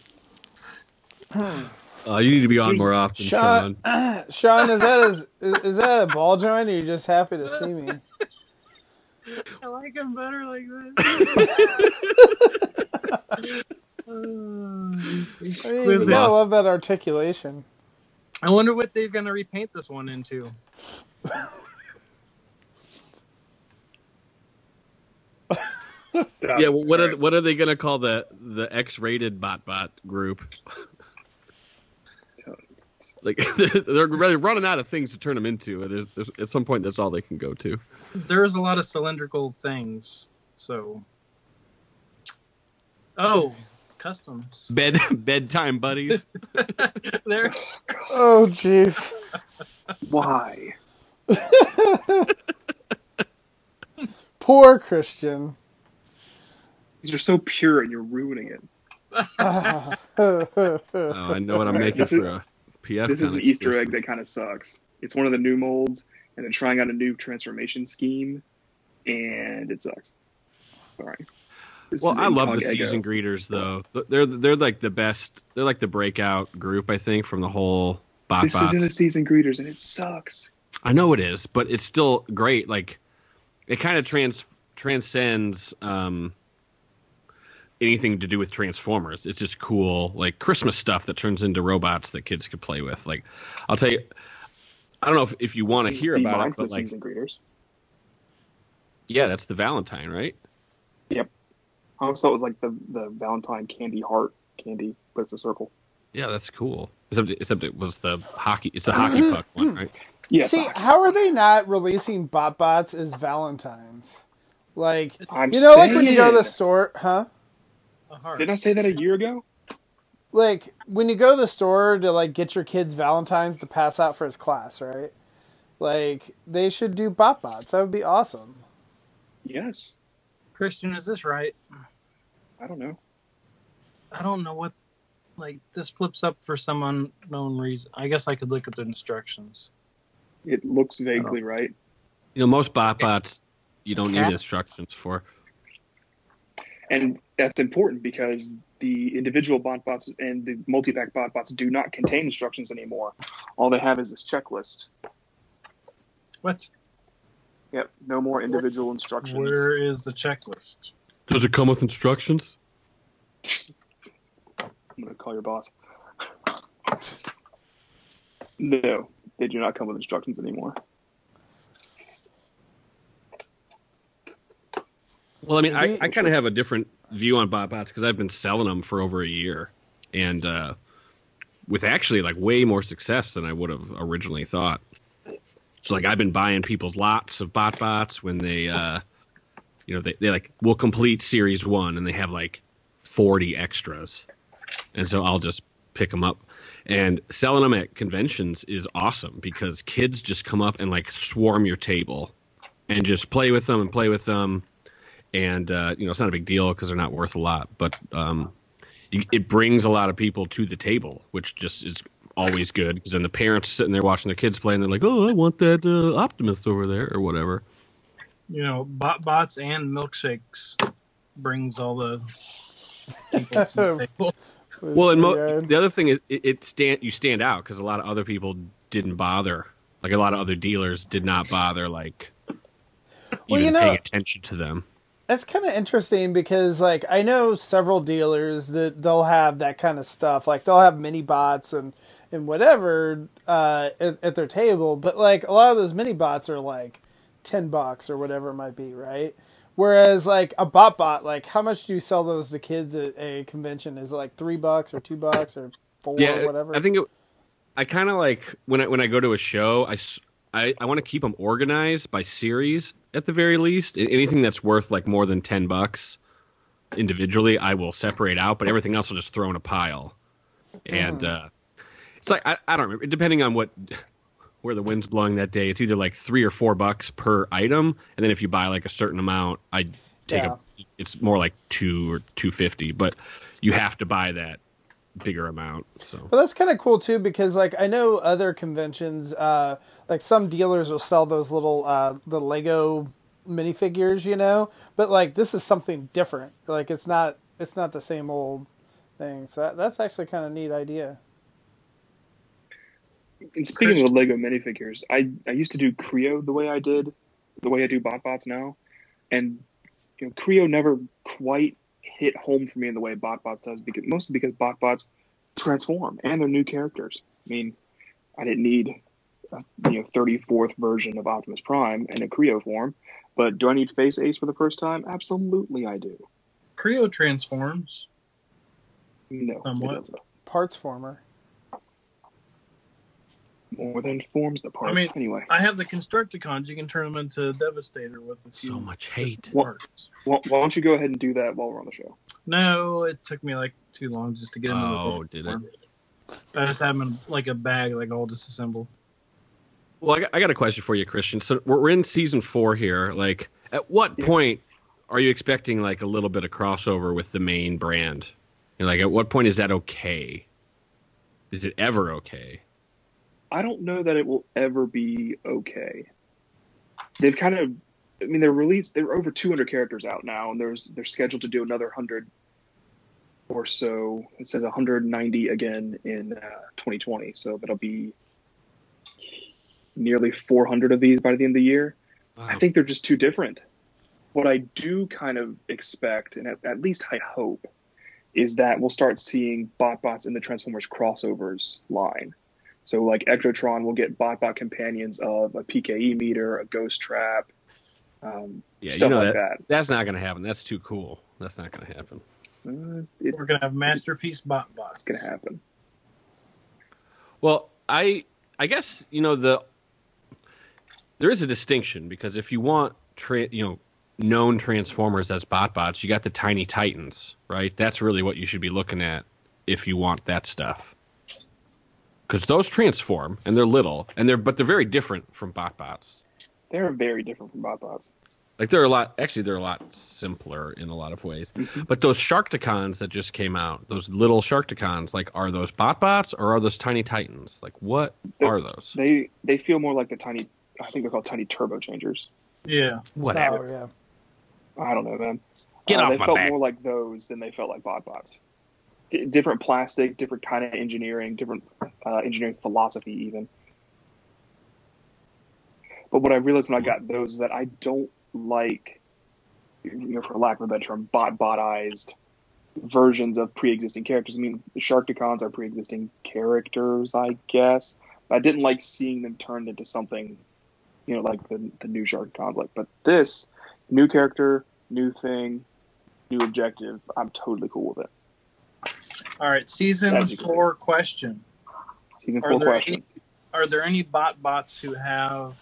Speaker 4: Oh, you need to be on more often,
Speaker 1: Sean,
Speaker 4: Sean.
Speaker 1: Sean, is that is, is that a ball joint? Or are you just happy to see me?
Speaker 2: I like him better like this. Uh, he's
Speaker 1: I mean, you
Speaker 2: exquisite.
Speaker 1: gotta love that articulation.
Speaker 2: I wonder what they're gonna repaint this one into.
Speaker 4: Yeah. Well, what are what are they gonna call the the X-rated bot bot group? like they're, they're really running out of things to turn them into. and There's, there's, at some point, that's all they can go to.
Speaker 2: There's a lot of cylindrical things, so. Oh, customs.
Speaker 4: Bed bedtime buddies.
Speaker 2: There,
Speaker 1: Oh, jeez.
Speaker 3: Why?
Speaker 1: Poor Christian.
Speaker 3: These are so pure, and you're ruining it.
Speaker 4: oh, I know what I'm
Speaker 3: Right,
Speaker 4: making
Speaker 3: this is-
Speaker 4: for a PF.
Speaker 3: This is
Speaker 4: kind
Speaker 3: an
Speaker 4: of
Speaker 3: Easter
Speaker 4: exclusive.
Speaker 3: egg that kind of sucks. It's one of the new molds, and they're trying out a new transformation scheme, and it sucks. Sorry. This
Speaker 4: Well,
Speaker 3: is
Speaker 4: I love the
Speaker 3: Incog Ego.
Speaker 4: season greeters though. Th- They're they're like the best. They're like the breakout group I think from the whole bot
Speaker 3: This
Speaker 4: bots.
Speaker 3: isn't a season greeters, and it sucks.
Speaker 4: I know it is, but it's still great. Like it kind of trans transcends um, anything to do with Transformers. It's just cool, like Christmas stuff that turns into robots that kids could play with. Like I'll tell you, I don't know if, if you want to
Speaker 3: This is
Speaker 4: hear
Speaker 3: the
Speaker 4: about it,
Speaker 3: mindful
Speaker 4: but like
Speaker 3: season greeters.
Speaker 4: yeah, that's the Valentine, right?
Speaker 3: I always thought it was like the the Valentine candy heart candy, but it's a circle.
Speaker 4: Yeah, that's cool. Except except it was the hockey. It's the hockey puck one, right?
Speaker 3: Yeah,
Speaker 1: See,
Speaker 3: fuck.
Speaker 1: how are they not releasing BotBots as Valentines? Like,
Speaker 3: I'm
Speaker 1: you know, like when you go to the
Speaker 3: saying.
Speaker 1: store, huh?
Speaker 2: a heart.
Speaker 3: Didn't I say that a year ago?
Speaker 1: Like when you go to the store to like get your kids Valentines to pass out for his class, right? Like they should do BotBots. That would be awesome.
Speaker 3: Yes.
Speaker 2: Christian, is this right?
Speaker 3: I don't know.
Speaker 2: I don't know what. Like this flips up for some unknown reason. I guess I could look at the instructions.
Speaker 3: It looks vaguely right.
Speaker 4: You know, most bot bots you don't
Speaker 2: Cat?
Speaker 4: need instructions for.
Speaker 3: And that's important because the individual bot bots and the multi pack bot bots do not contain instructions anymore. All they have is this checklist.
Speaker 2: What?
Speaker 3: Yep. No more individual instructions.
Speaker 2: Where is the checklist?
Speaker 4: Does it come with instructions?
Speaker 3: I'm gonna call your boss. No, they do not come with instructions anymore.
Speaker 4: Well, I mean, I,
Speaker 1: Maybe-
Speaker 4: I kind of have a different view on bot bots because I've been selling them for over a year, and uh, with actually like way more success than I would have originally thought. So like I've been buying people's lots of bot bots when they, uh, you know, they they like will complete series one and they have like forty extras, and so I'll just pick them up. And selling them at conventions is awesome because kids just come up and like swarm your table, and just play with them and play with them and uh, you know it's not a big deal because they're not worth a lot, but um, you- it brings a lot of people to the table, which just is always good because then the parents are sitting there watching their kids play and they're like, "Oh, I want that uh, Optimus over there" or whatever.
Speaker 2: You know, bot bots and milkshakes brings all the. people to the table.
Speaker 4: Well, and mo-
Speaker 1: Yard.
Speaker 4: the other thing is it, it stand you stand out because a lot of other people didn't bother, like a lot of other dealers did not bother, like
Speaker 1: Well,
Speaker 4: even
Speaker 1: you know-
Speaker 4: paying attention to them.
Speaker 1: That's kind of interesting because, like, I know several dealers that they'll have that kind of stuff. Like, they'll have mini bots and and whatever uh, at, at their table, but like a lot of those mini bots are like ten bucks or whatever it might be, right? Whereas like a bot bot, like how much do you sell those to kids at a convention? Is it like three bucks or two bucks or four or whatever?
Speaker 4: I think it, I kind of like when I when I go to a show, I s- I, want to keep them organized by series at the very least. A- Anything that's worth like more than ten bucks individually, I will separate out, but everything else I'll just throw in a pile. And
Speaker 1: Mm-hmm.
Speaker 4: uh, it's like I, I don't remember depending on what where the wind's blowing that day. It's either like three or four bucks per item, and then if you buy like a certain amount, I take
Speaker 1: Yeah.
Speaker 4: a, it's more like two or two fifty, but you have to buy that bigger amount. So
Speaker 1: Well, that's kind of cool too because like I know other conventions, uh, like some dealers will sell those little uh, the Lego minifigures, you know. But like this is something different. Like it's not it's not the same old thing. So that, that's actually kind of neat idea.
Speaker 3: And speaking of Lego minifigures, I, I used to do Creo the way I did, the way I do BotBots now, and you know Creo never quite hit home for me in the way BotBots does, because mostly because BotBots transform and they're new characters. I mean, I didn't need a you know thirty fourth version of Optimus Prime in a Creo form, but do I need Face Ace for the first time? Absolutely, I do.
Speaker 2: Creo transforms.
Speaker 3: No, it
Speaker 2: Somewhat.
Speaker 3: doesn't.
Speaker 1: Parts former.
Speaker 3: more than forms the parts.
Speaker 2: I mean,
Speaker 3: anyway,
Speaker 2: I have the Constructicons. You can turn them into Devastator with a few
Speaker 4: so much hate.
Speaker 3: Well-
Speaker 2: parts.
Speaker 3: why, why don't you go ahead and do that while we're on the show?
Speaker 2: No, it took me like too long just to get them. in the
Speaker 4: Oh,
Speaker 2: book.
Speaker 4: did it?
Speaker 2: I just have them in like a bag, like all disassembled.
Speaker 4: Well, I got, I got a question for you, Christian. So we're, we're in season four here. Like, at what
Speaker 3: Yeah.
Speaker 4: point are you expecting like a little bit of crossover with the main brand? And like, at what point is that okay? Is it ever okay?
Speaker 3: I don't know that it will ever be okay. They've kind of, I mean, they're released. They're over 200 characters out now, and there's they're scheduled to do another hundred or so. It says 190 again in uh, 2020, so that'll be nearly 400 of these by the end of the year. I think they're just too different. What I do kind of expect, and at, at least I hope, is that we'll start seeing BotBots in the Transformers crossovers line. So, like Ectotron will get BotBot companions of a PKE meter, a Ghost Trap, um,
Speaker 4: yeah,
Speaker 3: stuff
Speaker 4: you know
Speaker 3: like
Speaker 4: that,
Speaker 3: that.
Speaker 4: that's not going to happen. That's too cool. That's not going to happen.
Speaker 3: Uh, it's
Speaker 2: We're gonna have masterpiece bot bots.
Speaker 3: going to happen.
Speaker 4: Well, I I guess you know the there is a distinction because if you want tra- you know known transformers as bot bots, you got the tiny titans, right? That's really what you should be looking at if you want that stuff. Because those transform and they're little and they're but they're very different from bot bots.
Speaker 3: They're very different from BotBots.
Speaker 4: Like they're a lot actually they're a lot simpler in a lot of ways. But those Sharktacons that just came out, those little Sharktacons, like are those bot bots or are those tiny titans? Like what
Speaker 3: They're-
Speaker 4: are those?
Speaker 3: They they feel more like the tiny. I think they're called tiny turbo changers.
Speaker 2: Yeah,
Speaker 4: Whatever.
Speaker 1: Oh yeah.
Speaker 3: I don't know, man.
Speaker 4: Get
Speaker 3: Uh,
Speaker 4: off
Speaker 3: they
Speaker 4: my
Speaker 3: felt
Speaker 4: back.
Speaker 3: more like those than they felt like BotBots. D- different plastic, different kind of engineering, different uh, engineering philosophy, even. But what I realized when I got those is that I don't like, you know, for lack of a better term, bot botized versions of pre-existing characters. I mean, Sharkticons are pre-existing characters, I guess. I didn't like seeing them turned into something, you know, like the the new Sharkticons. Like, but this new character, new thing, new objective. I'm totally cool with it.
Speaker 2: All right, season
Speaker 3: As you can
Speaker 2: four question.
Speaker 3: Season
Speaker 2: Are
Speaker 3: four
Speaker 2: there
Speaker 3: question.
Speaker 2: any, are there any bot bots who have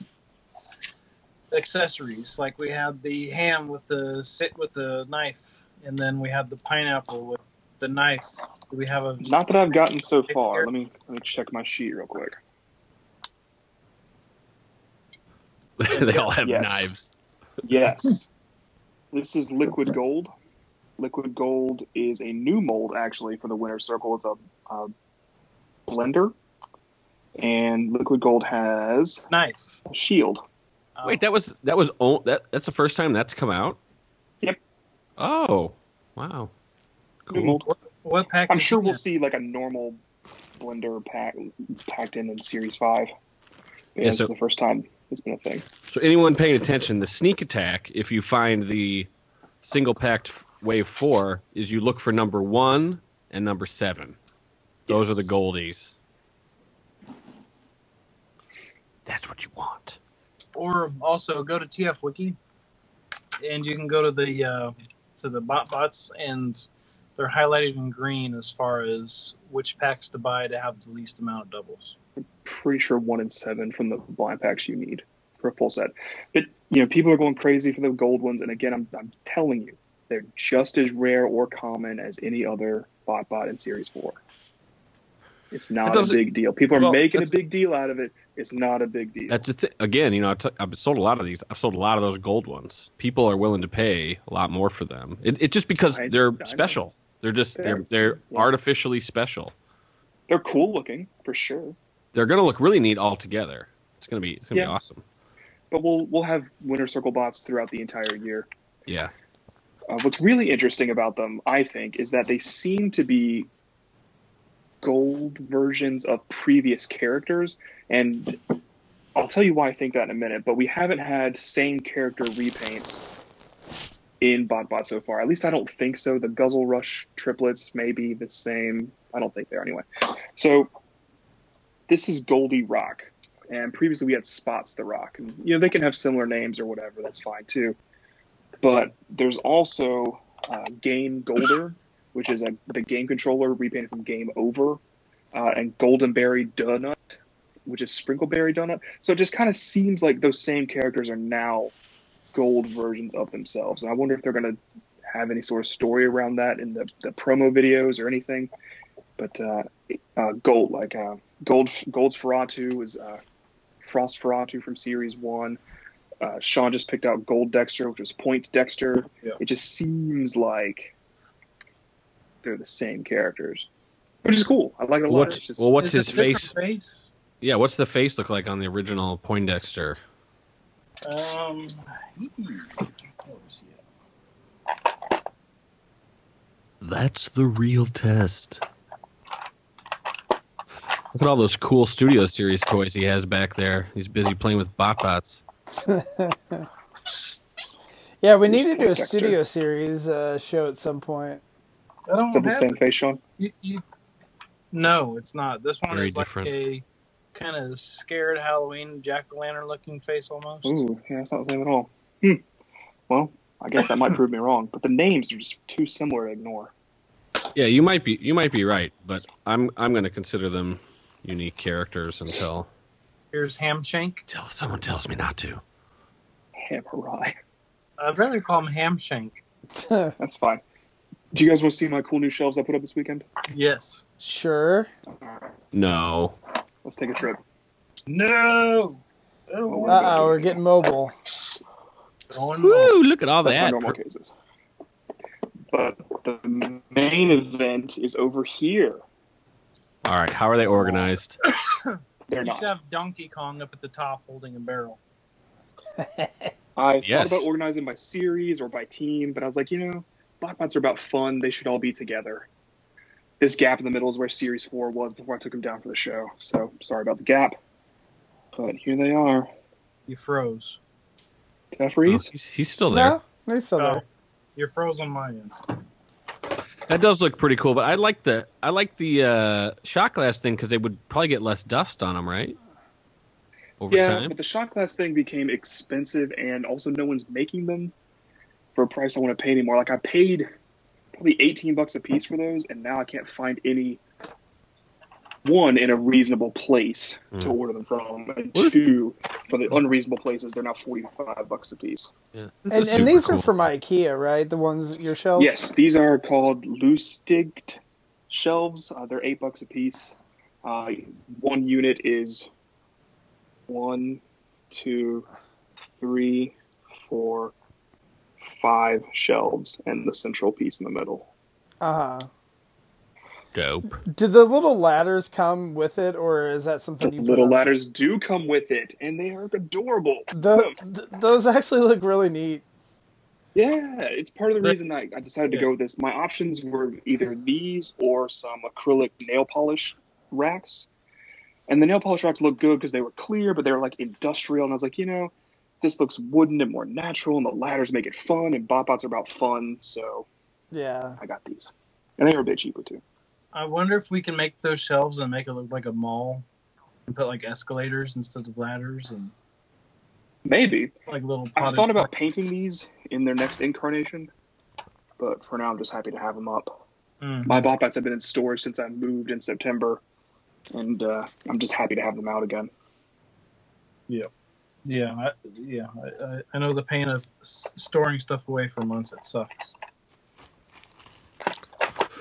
Speaker 2: accessories? Like we had the ham with the sit with the knife, and then we had the pineapple with the knife. Do we have a
Speaker 3: Not that I've gotten so far. Let me let me check my sheet real quick.
Speaker 4: they all have
Speaker 3: Yes.
Speaker 4: knives.
Speaker 3: Yes. this is liquid gold. Liquid gold is a new mold, actually, for the Winter Circle. It's a, a blender. And liquid gold has
Speaker 2: knife?
Speaker 3: a shield.
Speaker 2: Uh,
Speaker 4: Wait, that was that was o- that that's the first time that's come out.
Speaker 3: Yep.
Speaker 4: Oh, wow.
Speaker 3: New
Speaker 4: Cool.
Speaker 3: mold.
Speaker 2: what pack?
Speaker 3: I'm
Speaker 2: is
Speaker 3: sure
Speaker 2: it
Speaker 3: we'll
Speaker 2: in?
Speaker 3: see like a normal blender pack, packed in in Series 5.
Speaker 4: Yeah,
Speaker 3: This
Speaker 4: so-
Speaker 3: is the first time it's been a thing.
Speaker 4: So anyone paying attention, the sneak attack, if you find the single packed wave four, is you look for number one and number seven. Those
Speaker 3: Yes.
Speaker 4: are the goldies. That's what you want.
Speaker 2: or also go to TF Wiki, and you can go to the uh, to the bot bots, and they're highlighted in green as far as which packs to buy to have the least amount of doubles.
Speaker 3: pretty sure one in seven from the blind packs you need for a full set. But you know, people are going crazy for the gold ones, and again, I'm I'm telling you, they're just as rare or common as any other bot bot in series four. It's
Speaker 4: It
Speaker 3: not a
Speaker 4: doesn't-
Speaker 3: big deal. People are
Speaker 4: well,
Speaker 3: making a
Speaker 4: that's-
Speaker 3: big deal out of it. It's not a big deal.
Speaker 4: That's the thing. Again, you know, I've, t- I've sold a lot of these. I've sold a lot of those gold ones. People are willing to pay a lot more for them. It, it's just because
Speaker 3: I- I
Speaker 4: they're
Speaker 3: know.
Speaker 4: special. They're just they're
Speaker 3: They're-
Speaker 4: they're
Speaker 3: yeah.
Speaker 4: artificially special.
Speaker 3: They're cool looking for sure.
Speaker 4: They're gonna look really neat all together. It's gonna be it's gonna be
Speaker 3: Yeah.
Speaker 4: awesome.
Speaker 3: But we'll we'll have winter circle bots throughout the entire year.
Speaker 4: Yeah.
Speaker 3: Uh, what's really interesting about them, I think, is that they seem to be gold versions of previous characters, and I'll tell you why I think that in a minute. But we haven't had same character repaints in BotBot so far. At least I don't think so. The Guzzle Rush triplets may be the same. I don't think they're anyway. So this is Goldie Rock, and previously we had Spots the Rock. And, you know they can have similar names or whatever. That's fine too but there's also uh, Game Golder, which is a, the game controller repainted from Game Over, uh, and Golden Berry Donut, which is Sprinkleberry Donut. So it just kind of seems like those same characters are now gold versions of themselves. And I wonder if they're going to have any sort of story around that in the, the promo videos or anything. But uh, uh, Gold, like uh, Gold, Gold's Ferratu is uh, Frost Ferratu from Series 1. Uh, Sean just picked out Gold Dexter, which was Point Dexter.
Speaker 2: Yeah.
Speaker 3: It just seems like they're the same characters, which is cool. I like it a lot.
Speaker 4: What's
Speaker 3: It's just-
Speaker 4: well, what's
Speaker 2: Is
Speaker 4: his
Speaker 2: it a different
Speaker 4: face? Yeah, what's the face look like on the original Poindexter?
Speaker 2: face? Um, what was he at?
Speaker 4: That's the real test. Look at all those cool Studio Series toys he has back there. He's busy playing with BotBots.
Speaker 1: Yeah, we need to
Speaker 3: Here's
Speaker 1: do a
Speaker 3: Dexter.
Speaker 1: studio series uh, show at some point.
Speaker 2: I don't
Speaker 3: Is that the
Speaker 2: have
Speaker 3: same face, Sean?
Speaker 2: You, you, no, it's not. This one
Speaker 4: Very
Speaker 2: is like
Speaker 4: different.
Speaker 2: a kind of scared Halloween jack o' lantern looking face almost.
Speaker 3: Ooh, yeah, it's not the same at all. Hmm. Well, I guess that might prove me wrong, but the names are just too similar to ignore.
Speaker 4: Yeah, you might be you might be right, but I'm I'm going to consider them unique characters until
Speaker 2: Here's Hamshank.
Speaker 4: until someone tells me not to.
Speaker 3: Hammer Eye.
Speaker 2: I'd rather call him Hamshank.
Speaker 3: That's fine. Do you guys want to see my cool new shelves I put up this weekend?
Speaker 2: Yes.
Speaker 1: sure.
Speaker 4: No.
Speaker 3: Let's take a trip.
Speaker 2: No. Oh,
Speaker 3: We're
Speaker 1: Uh
Speaker 3: gonna
Speaker 1: oh,
Speaker 3: do
Speaker 1: we're
Speaker 3: it.
Speaker 1: getting mobile.
Speaker 2: Going
Speaker 4: Woo, look at all
Speaker 3: That's my
Speaker 4: Oh, that.
Speaker 3: normal cases. But the main event is over here.
Speaker 4: All right, how are they organized?
Speaker 3: They're
Speaker 2: You
Speaker 3: not.
Speaker 2: should have Donkey Kong up at the top holding a barrel.
Speaker 3: I
Speaker 4: Yes.
Speaker 3: thought about organizing by series or by team, but I was like, you know, Blackbots are about fun. They should all be together. This gap in the middle is where Series 4 was before I took them down for the show. So sorry about the gap. But here they are.
Speaker 2: You froze.
Speaker 3: Can I freeze?
Speaker 4: Oh, he's, he's still there.
Speaker 1: No, he's still
Speaker 2: Oh,
Speaker 1: there.
Speaker 2: you're froze on my end.
Speaker 4: That does look pretty cool, but I like the I like the uh, shot glass thing because they would probably get less dust on them, right? Over
Speaker 3: yeah,
Speaker 4: time.
Speaker 3: but the shot glass thing became expensive, and also no one's making them for a price I want to pay anymore. Like I paid probably eighteen bucks a piece for those, and now I can't find any one in a reasonable place to
Speaker 4: Mm.
Speaker 3: order them from, and
Speaker 4: What if-
Speaker 3: two for the unreasonable places they're now forty five bucks a piece.
Speaker 4: Yeah.
Speaker 1: And, and these are from IKEA, right? The ones your shelves.
Speaker 3: Yes, these are called Lustigt shelves. Uh, they're eight bucks a piece. Uh, one unit is one, two, three, four, five shelves, and the central piece in the middle.
Speaker 1: Uh huh.
Speaker 4: dope.
Speaker 1: Do the little ladders come with it, or is that something you
Speaker 3: the
Speaker 1: put
Speaker 3: little
Speaker 1: on?
Speaker 3: ladders do come with it, and they are adorable.
Speaker 1: Tho- th- those actually look really neat.
Speaker 3: Yeah, it's part of the
Speaker 2: That-
Speaker 3: reason I, I decided to
Speaker 2: Yeah.
Speaker 3: go with this. My options were either these or some acrylic nail polish racks. And the nail polish racks looked good because they were clear, but they were like industrial. And I was like, you know, this looks wooden and more natural, and the ladders make it fun, and bot bots are about fun. So
Speaker 1: Yeah.
Speaker 3: I got these. And they were a bit cheaper too.
Speaker 2: I wonder if we can make those shelves and make it look like a mall, and put like escalators instead of ladders and
Speaker 3: Maybe.
Speaker 2: like little.
Speaker 3: I
Speaker 2: potted-
Speaker 3: thought about painting these in their next incarnation, but for now I'm just happy to have them up.
Speaker 2: Mm.
Speaker 3: my bot bots have been in storage since I moved in September, and uh, I'm just happy to have them out again.
Speaker 2: Yeah, I, yeah. I, I, I know the pain of s- storing stuff away for months. It sucks.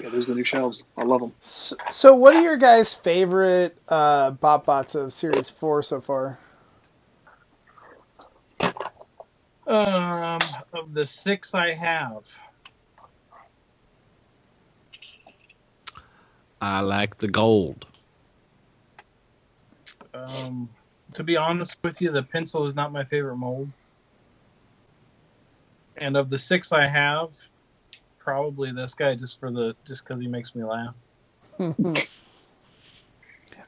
Speaker 3: Yeah, those are the new shelves. I love them.
Speaker 1: So, so what are your guys' favorite uh, bot bots of Series Four so far?
Speaker 2: Um, of the six I have,
Speaker 4: I like the gold.
Speaker 2: um, to be honest with you, the pencil is not my favorite mold. And of the six I have, probably this guy just for the just because he makes me laugh.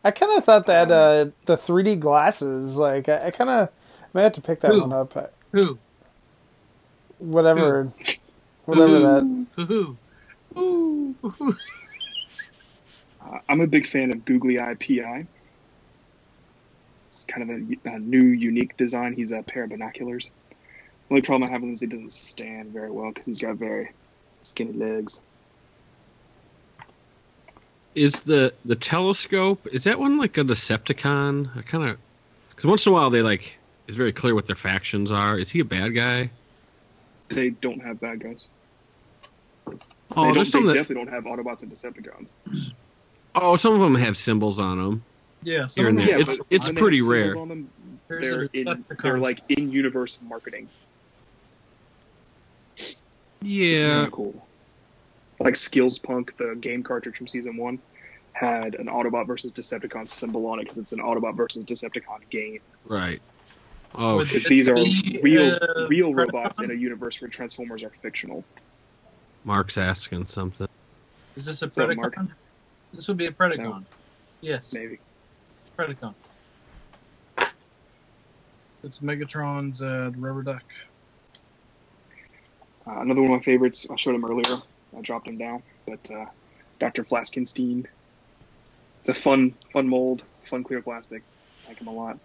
Speaker 1: I kind of thought that uh, the 3D glasses, like I, I kind of might have to pick that
Speaker 2: Who?
Speaker 1: one up. uh,
Speaker 2: Who?
Speaker 1: Whatever, whatever that.
Speaker 2: Who? Who? Who?
Speaker 3: Uh, I'm a big fan of Googly Eye PI. It's kind of a, a new, unique design. He's a pair of binoculars. The only problem I have with him is he doesn't stand very well because he's got very skinny legs.
Speaker 4: Is the the telescope? Is that one like a Decepticon? I kind of because once in a while they like it's very clear what their factions are. Is he a bad guy?
Speaker 3: They don't have bad guys.
Speaker 4: Oh,
Speaker 3: they don't,
Speaker 4: there's some
Speaker 3: they
Speaker 4: that,
Speaker 3: definitely don't have Autobots and Decepticons.
Speaker 4: oh, some of them have symbols on them.
Speaker 2: Yeah,
Speaker 4: Here and
Speaker 2: someone
Speaker 4: there.
Speaker 2: yeah,
Speaker 4: It's-
Speaker 3: but
Speaker 4: it's
Speaker 3: when they
Speaker 4: pretty
Speaker 3: have symbols
Speaker 4: rare.
Speaker 3: on them,
Speaker 2: here's
Speaker 3: they're,
Speaker 2: a
Speaker 3: in,
Speaker 2: Decepticon.
Speaker 3: they're like in-universe marketing.
Speaker 4: Yeah,
Speaker 3: Kinda cool. Like Skills Punk, the game cartridge from season one, had an Autobot versus Decepticon symbol on it because it's an Autobot versus Decepticon game.
Speaker 4: right. Oh,
Speaker 2: With
Speaker 4: shit.
Speaker 3: Because these are
Speaker 2: The,
Speaker 3: real,
Speaker 2: uh,
Speaker 3: real
Speaker 2: Predacon?
Speaker 3: robots in a universe where Transformers are fictional.
Speaker 4: Mark's asking something.
Speaker 2: Is this a
Speaker 3: that Mark?
Speaker 2: Predacon? This would be a Predacon.
Speaker 3: No.
Speaker 2: Yes,
Speaker 3: Maybe
Speaker 2: Predacon. It's Megatron's uh, rubber duck.
Speaker 3: uh, another one of my favorites. I showed him earlier. I dropped him down, but uh, Dr. Flaskenstein. It's a fun, fun mold, fun clear plastic. I like him a lot.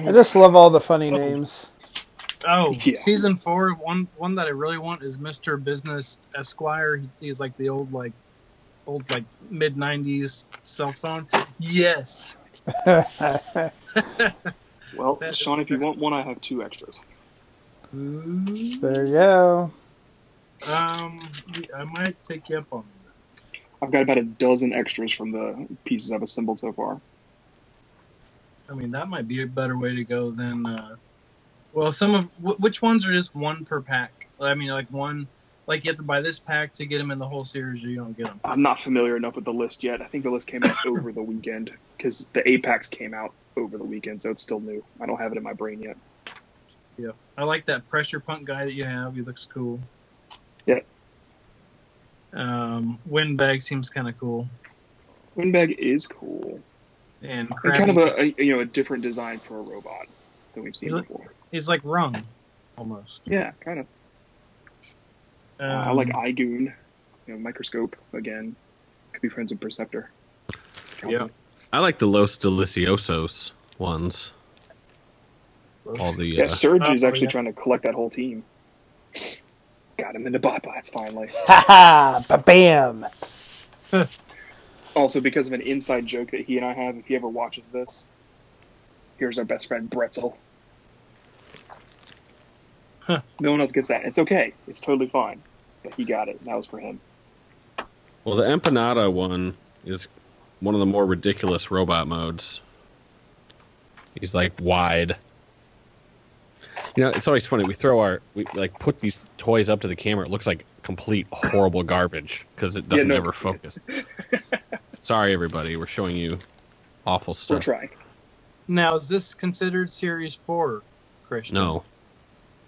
Speaker 1: I just love all the funny names.
Speaker 2: Oh,
Speaker 3: Yeah.
Speaker 2: season four. One one that I really want is Mister Business Esquire. He, he's like the old like old like mid '90s cell phone. Yes.
Speaker 3: Well,
Speaker 2: That is
Speaker 3: Sean, if you want one, I have two extras.
Speaker 2: Ooh.
Speaker 1: There you go.
Speaker 2: Um, I might take you up on that.
Speaker 3: I've got about a dozen extras from the pieces I've assembled so far.
Speaker 2: I mean, that might be a better way to go than. Uh, well, some of wh- which ones are just one per pack. I mean, like one, like you have to buy this pack to get them in the whole series, or you don't get them.
Speaker 3: I'm not familiar enough with the list yet. I think the list came out over the weekend because the Apex came out over the weekend, so it's still new. I don't have it in my brain yet.
Speaker 2: I like that pressure punk guy that you have. He looks cool.
Speaker 3: Yeah.
Speaker 2: Um, windbag seems kind of cool,
Speaker 3: Windbag is cool.
Speaker 2: and
Speaker 3: And
Speaker 2: Krabby,
Speaker 3: kind of a, a you know a different design for a robot than we've seen
Speaker 2: Really?
Speaker 3: before.
Speaker 2: he's like rung, almost.
Speaker 3: Yeah, kind of.
Speaker 2: Um,
Speaker 3: I like Igoon. You know, microscope again. Could be friends with Perceptor.
Speaker 2: Yeah.
Speaker 4: I like the Los Deliciosos ones. All the
Speaker 3: Yeah,
Speaker 4: uh,
Speaker 3: Surge
Speaker 2: Oh,
Speaker 3: is actually
Speaker 2: yeah.
Speaker 3: trying to collect that whole team. Got him into BotBots finally.
Speaker 1: Ha ha! Ba bam!
Speaker 3: Also, because of an inside joke that he and I have, if he ever watches this, here's our best friend Bretzel.
Speaker 2: Huh.
Speaker 3: No one else gets that. It's okay. It's totally fine. But he got it. and That was for him.
Speaker 4: well, the empanada one is one of the more ridiculous robot modes. He's like wide. You know, it's always funny. We throw our we like put these toys up to the camera. It looks like complete horrible garbage because it doesn't
Speaker 3: no.
Speaker 4: ever focus. Sorry, everybody. We're showing you awful
Speaker 3: We're
Speaker 4: stuff.
Speaker 3: trying.
Speaker 2: Now, is this considered series four, Christian?
Speaker 4: No,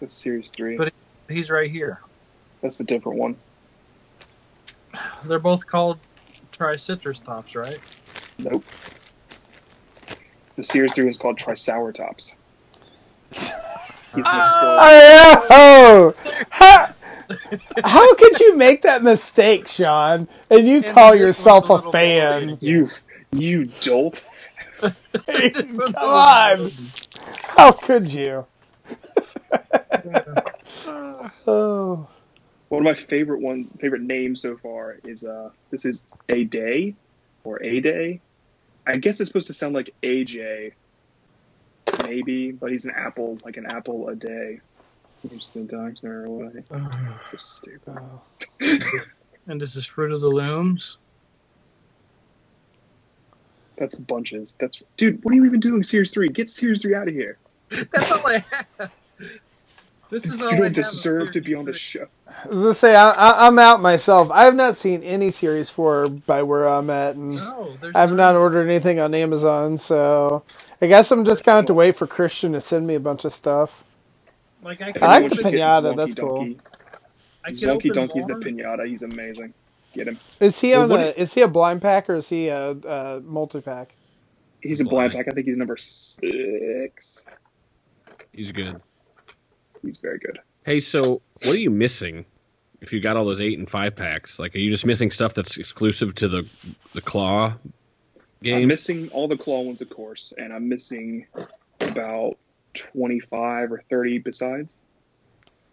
Speaker 3: That's series three.
Speaker 2: But- he's right here.
Speaker 3: That's the different one.
Speaker 2: They're both called tricitrus tops, right?
Speaker 3: Nope. The series three was called Triceratops. He's
Speaker 2: Ah!
Speaker 3: misspelled.
Speaker 1: Oh, how, how could you make that mistake, Sean? And you
Speaker 2: And
Speaker 1: call
Speaker 2: this
Speaker 1: yourself a
Speaker 2: one's a little
Speaker 1: fan?
Speaker 2: more-
Speaker 3: You, you dolt.
Speaker 2: This one's a
Speaker 1: Come
Speaker 2: little
Speaker 1: on!
Speaker 2: bit-
Speaker 1: How could you? oh,
Speaker 3: One of my favorite one favorite names so far is uh this is a day or a day. I guess it's supposed to sound like AJ, maybe, but he's an apple, like an apple a day. He's the doctor away. So stupid.
Speaker 1: oh.
Speaker 2: And this is Fruit of the Looms.
Speaker 3: That's bunches. That's dude. What are you even doing? Series three. Get series three out of here.
Speaker 2: That's all I have. This is all Oh,
Speaker 3: You
Speaker 2: I have
Speaker 3: don't
Speaker 2: of
Speaker 3: deserve to be on the
Speaker 2: Series
Speaker 3: show.
Speaker 1: I was gonna say I, I, I'm out myself. I have not seen any series four by where I'm at, and
Speaker 2: Six. No, there's
Speaker 1: I've
Speaker 2: none.
Speaker 1: not ordered anything on Amazon. So I guess I'm just gonna have to wait for Christian to send me a bunch of stuff.
Speaker 2: Like I,
Speaker 1: I like the
Speaker 2: could open-
Speaker 1: pin- pinata, that's cool.
Speaker 2: I could
Speaker 3: Zonky
Speaker 2: open
Speaker 3: Donkey's the
Speaker 2: more.
Speaker 3: pinata. He's amazing. Get him.
Speaker 1: Is he
Speaker 3: Well,
Speaker 1: on
Speaker 3: what
Speaker 1: a is he a blind pack or is he a, a multi pack?
Speaker 3: He's a blind
Speaker 4: Blind.
Speaker 3: pack. I think he's number six.
Speaker 4: he's good.
Speaker 3: He's very good.
Speaker 4: Hey, so what are you missing? If you got all those eight and five packs, like, are you just missing stuff that's exclusive to the the claw game?
Speaker 3: I'm missing all the claw ones, of course, and I'm missing about 25 or 30 besides.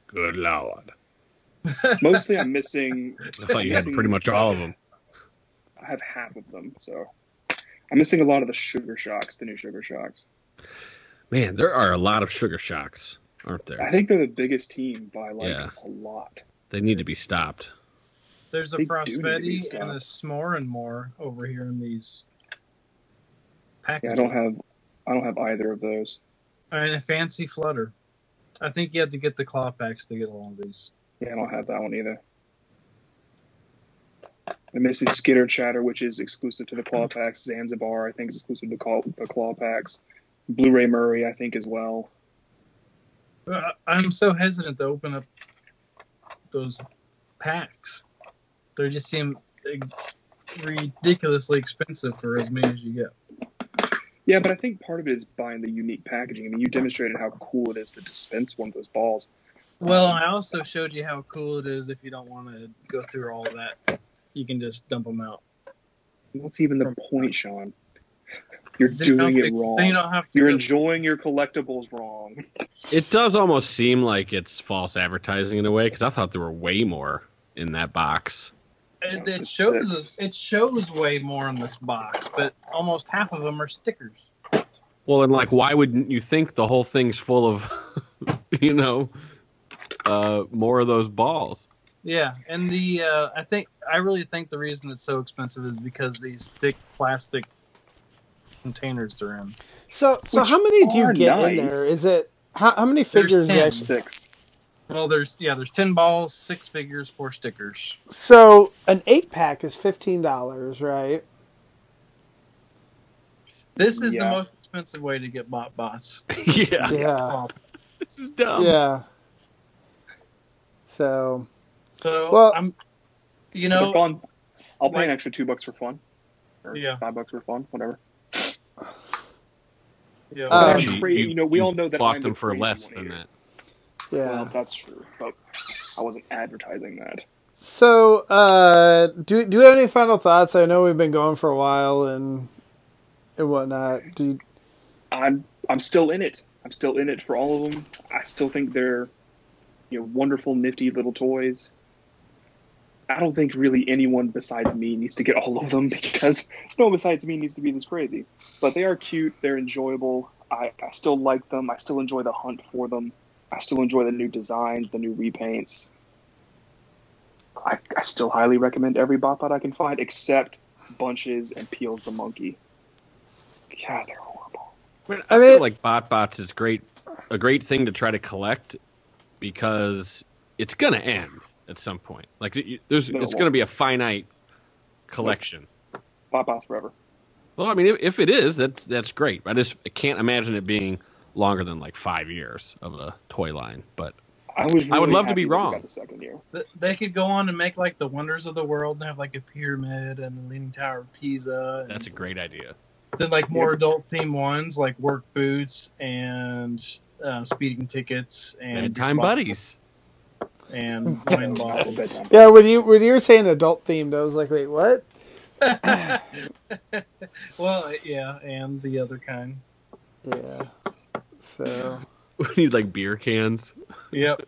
Speaker 4: Good lord!
Speaker 3: Mostly, I'm missing.
Speaker 4: I thought you had pretty much all of them.
Speaker 3: I have half of them, so I'm missing a lot of the sugar shocks, the new sugar shocks.
Speaker 4: Man, there are a lot of sugar shocks, aren't
Speaker 3: I
Speaker 4: there?
Speaker 3: think they're the biggest team by like
Speaker 4: Yeah.
Speaker 3: a lot.
Speaker 4: They need to be stopped.
Speaker 2: There's a
Speaker 3: They do need to be
Speaker 2: Frostbetti and a
Speaker 3: stopped.
Speaker 2: S'more and more over here in these
Speaker 3: Yeah,
Speaker 2: packages.
Speaker 3: I don't have, I don't have either of those.
Speaker 2: And a Fancy Flutter. I think you had to get the claw packs to get all of these.
Speaker 3: Yeah, I don't have that one either. I'm missing Skitter Chatter, which is exclusive to the claw packs. Zanzibar, I think, is exclusive to claw, the claw packs. Blu-ray Murray, I think, as well.
Speaker 2: Uh, I'm so hesitant to open up those packs. They just seem like, ridiculously expensive for as many as you get.
Speaker 3: Yeah, but I think part of it is buying the unique packaging. I mean, you demonstrated how cool it is to dispense one of those balls.
Speaker 2: Well, I also showed you how cool it is if you don't want to go through all that. You can just dump them out.
Speaker 3: What's even the point, Sean? You're
Speaker 2: Then you
Speaker 3: doing
Speaker 2: don't have
Speaker 3: it
Speaker 2: to- then You
Speaker 3: wrong.
Speaker 2: don't have to
Speaker 3: You're
Speaker 2: go-
Speaker 3: enjoying your collectibles wrong.
Speaker 4: It does almost seem like it's false advertising in a way, because I thought there were way more in that box.
Speaker 2: It,
Speaker 3: Yeah,
Speaker 2: it
Speaker 3: it's
Speaker 2: shows
Speaker 3: six.
Speaker 2: it shows way more in this box, but almost half of them are stickers.
Speaker 4: Well, and like, why wouldn't you think the whole thing's full of, you know, uh, more of those balls?
Speaker 2: Yeah, and the uh, I think I really think the reason it's so expensive is because these thick plastic containers they're in.
Speaker 1: So so
Speaker 3: Which
Speaker 1: how many do you
Speaker 3: are
Speaker 1: get in
Speaker 3: nice.
Speaker 1: there? Is it how, how many figures?
Speaker 2: ten.
Speaker 1: Actually,
Speaker 3: Six.
Speaker 2: Well, there's yeah, there's ten balls, six figures, four stickers.
Speaker 1: so an eight pack is fifteen dollars, right?
Speaker 2: This is
Speaker 3: Yeah.
Speaker 2: the most expensive way to get bot bots.
Speaker 4: yeah,
Speaker 1: Yeah,
Speaker 2: Oh,
Speaker 4: this is dumb.
Speaker 1: yeah. So
Speaker 2: So
Speaker 1: Well-
Speaker 2: I'm You
Speaker 3: For
Speaker 2: know,
Speaker 3: fun. I'll pay an
Speaker 2: like-
Speaker 3: extra two bucks for fun. Or
Speaker 2: Yeah.
Speaker 3: Five bucks for fun, whatever.
Speaker 2: yeah,
Speaker 1: Uh,
Speaker 3: Actually, you know, we all know that
Speaker 4: bought
Speaker 3: I'm
Speaker 4: them
Speaker 3: the
Speaker 4: for
Speaker 3: crazy
Speaker 4: less
Speaker 3: one
Speaker 4: than
Speaker 3: here.
Speaker 4: that.
Speaker 3: Well,
Speaker 1: Yeah.
Speaker 3: that's true, but I wasn't advertising that.
Speaker 1: So, uh, do do you have any final thoughts? I know we've been going for a while and and whatnot. Do you,
Speaker 3: I'm I'm still in it. I'm still in it for all of them. I still think they're you know wonderful, nifty little toys. I don't think really anyone besides me needs to get all of them because no one besides me needs to be this crazy. But they are cute. They're enjoyable. I, I still like them. I still enjoy the hunt for them. I still enjoy the new designs, the new repaints. I, I still highly recommend every Botbot I can find except Bunches and Peels the Monkey. God, they're horrible.
Speaker 1: I
Speaker 4: I
Speaker 1: mean-
Speaker 4: feel like BotBots is great, a great thing to try to collect because it's gonna end at some point. Like you- there's,
Speaker 3: No, it
Speaker 4: it's
Speaker 3: won't.
Speaker 4: gonna be a finite collection.
Speaker 3: Botbots forever.
Speaker 4: Well, I mean, if, if it is, that's that's great. I just I can't imagine it being longer than like five years of a toy line. But
Speaker 3: I was.
Speaker 4: I would
Speaker 3: really
Speaker 4: love to
Speaker 3: happy
Speaker 4: be
Speaker 3: that we
Speaker 4: wrong.
Speaker 3: got The second year.
Speaker 2: th- they could go on and make like the wonders of the world and have like a pyramid and the Leaning Tower of Pisa. And
Speaker 4: that's a great idea.
Speaker 2: then like more adult themed ones like work boots and uh, speeding tickets and
Speaker 4: Bedtime buddies.
Speaker 2: and wine bottles.
Speaker 3: Bedtime.
Speaker 1: yeah, when you when you were saying adult themed, I was like, wait, what?
Speaker 2: Well, yeah, and the other kind.
Speaker 1: yeah. So
Speaker 4: We need like beer cans.
Speaker 2: Yep.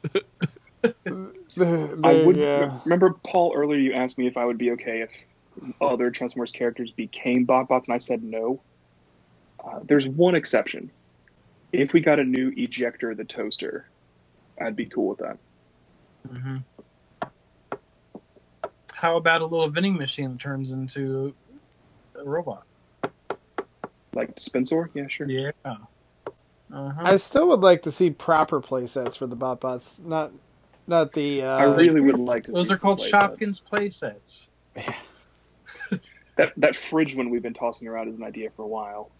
Speaker 1: there
Speaker 3: I
Speaker 1: you
Speaker 3: would
Speaker 1: go.
Speaker 3: remember Paul earlier. You asked me if I would be okay if other Transformers characters became Botbots, and I said no. Uh, there's one exception. If we got a new Ejector the Toaster, I'd be cool with that.
Speaker 2: hmm How about a little vending machine that turns into a robot?
Speaker 3: Like Dispensor, yeah, sure.
Speaker 2: Yeah. Uh-huh.
Speaker 1: I still would like to see proper playsets for the BotBots, not not the. Uh,
Speaker 3: I really would like to.
Speaker 2: Those
Speaker 3: see
Speaker 2: are
Speaker 3: some
Speaker 2: called
Speaker 3: playsets.
Speaker 2: Shopkins play sets.
Speaker 3: That that fridge one we've been tossing around is an idea for a while.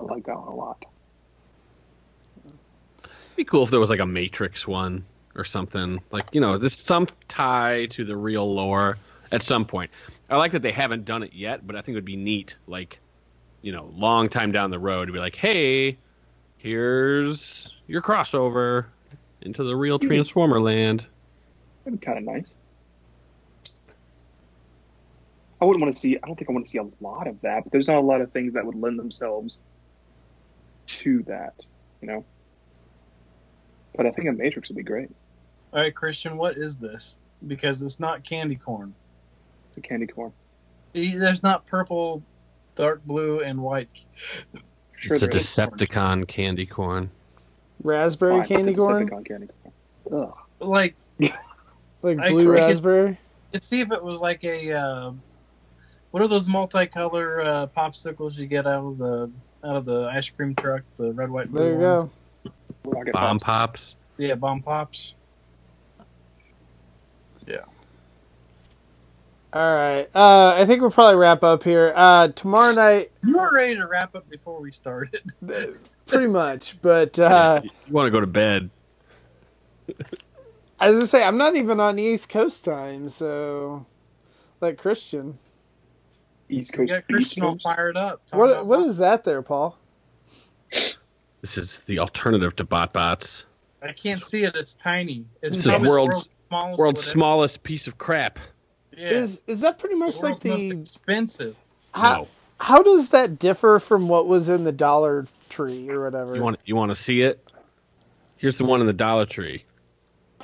Speaker 3: I like that one a lot.
Speaker 4: It'd be cool if there was like a Matrix one or something. Like you know, there's some tie to the real lore at some point. I like that they haven't done it yet, but I think it would be neat. Like you know, long time down the road, to be like, hey, here's your crossover into the real Transformer land.
Speaker 3: That'd be kind of nice. I wouldn't want to see. I don't think I want to see a lot of that. But there's not a lot of things that would lend themselves to that, you know. But I think a Matrix would be great.
Speaker 2: All right, Christian, what is this? Because it's not candy corn.
Speaker 3: It's a candy corn.
Speaker 2: E- There's not purple, dark blue, and white.
Speaker 3: Sure
Speaker 4: it's a
Speaker 3: there is.
Speaker 4: Decepticon candy corn.
Speaker 1: raspberry
Speaker 3: Fine,
Speaker 1: candy
Speaker 3: it's a
Speaker 1: corn,
Speaker 3: Decepticon candy corn. Ugh.
Speaker 2: Like,
Speaker 1: like
Speaker 2: I
Speaker 1: blue
Speaker 2: agree.
Speaker 1: raspberry.
Speaker 2: let's see if it was like a. Uh, what are those multicolor uh, popsicles you get out of the out of the ice cream truck? The red, white, blue.
Speaker 1: There you
Speaker 2: ones?
Speaker 1: go.
Speaker 3: Rocket
Speaker 4: Bomb
Speaker 3: Pops.
Speaker 4: pops.
Speaker 2: Yeah, bomb pops.
Speaker 1: All right. Uh, I think we'll probably wrap up here. Uh, tomorrow night,
Speaker 2: You were ready to wrap up before we started.
Speaker 1: pretty much. But uh,
Speaker 4: you want to go to bed?
Speaker 1: as I say, I'm not even on the East Coast time, so like Christian,
Speaker 3: East
Speaker 2: We
Speaker 3: Coast.
Speaker 2: got
Speaker 3: Beach
Speaker 2: Christian all
Speaker 3: Toast.
Speaker 2: fired up. Talking
Speaker 1: what
Speaker 2: about
Speaker 1: what is that there, Paul?
Speaker 4: This is the alternative to BotBots.
Speaker 2: I can't see it. It's tiny. It's
Speaker 4: This is
Speaker 2: probably the
Speaker 4: world's-
Speaker 2: smallest.
Speaker 4: World's
Speaker 2: whatever-
Speaker 4: smallest piece of crap.
Speaker 2: Yeah.
Speaker 1: Is is that pretty much like
Speaker 2: World's most
Speaker 1: the
Speaker 2: expensive.
Speaker 1: how,
Speaker 4: No.
Speaker 1: how does that differ from what was in the Dollar Tree or whatever?
Speaker 4: You want you want to see it? Here's the one in the Dollar Tree.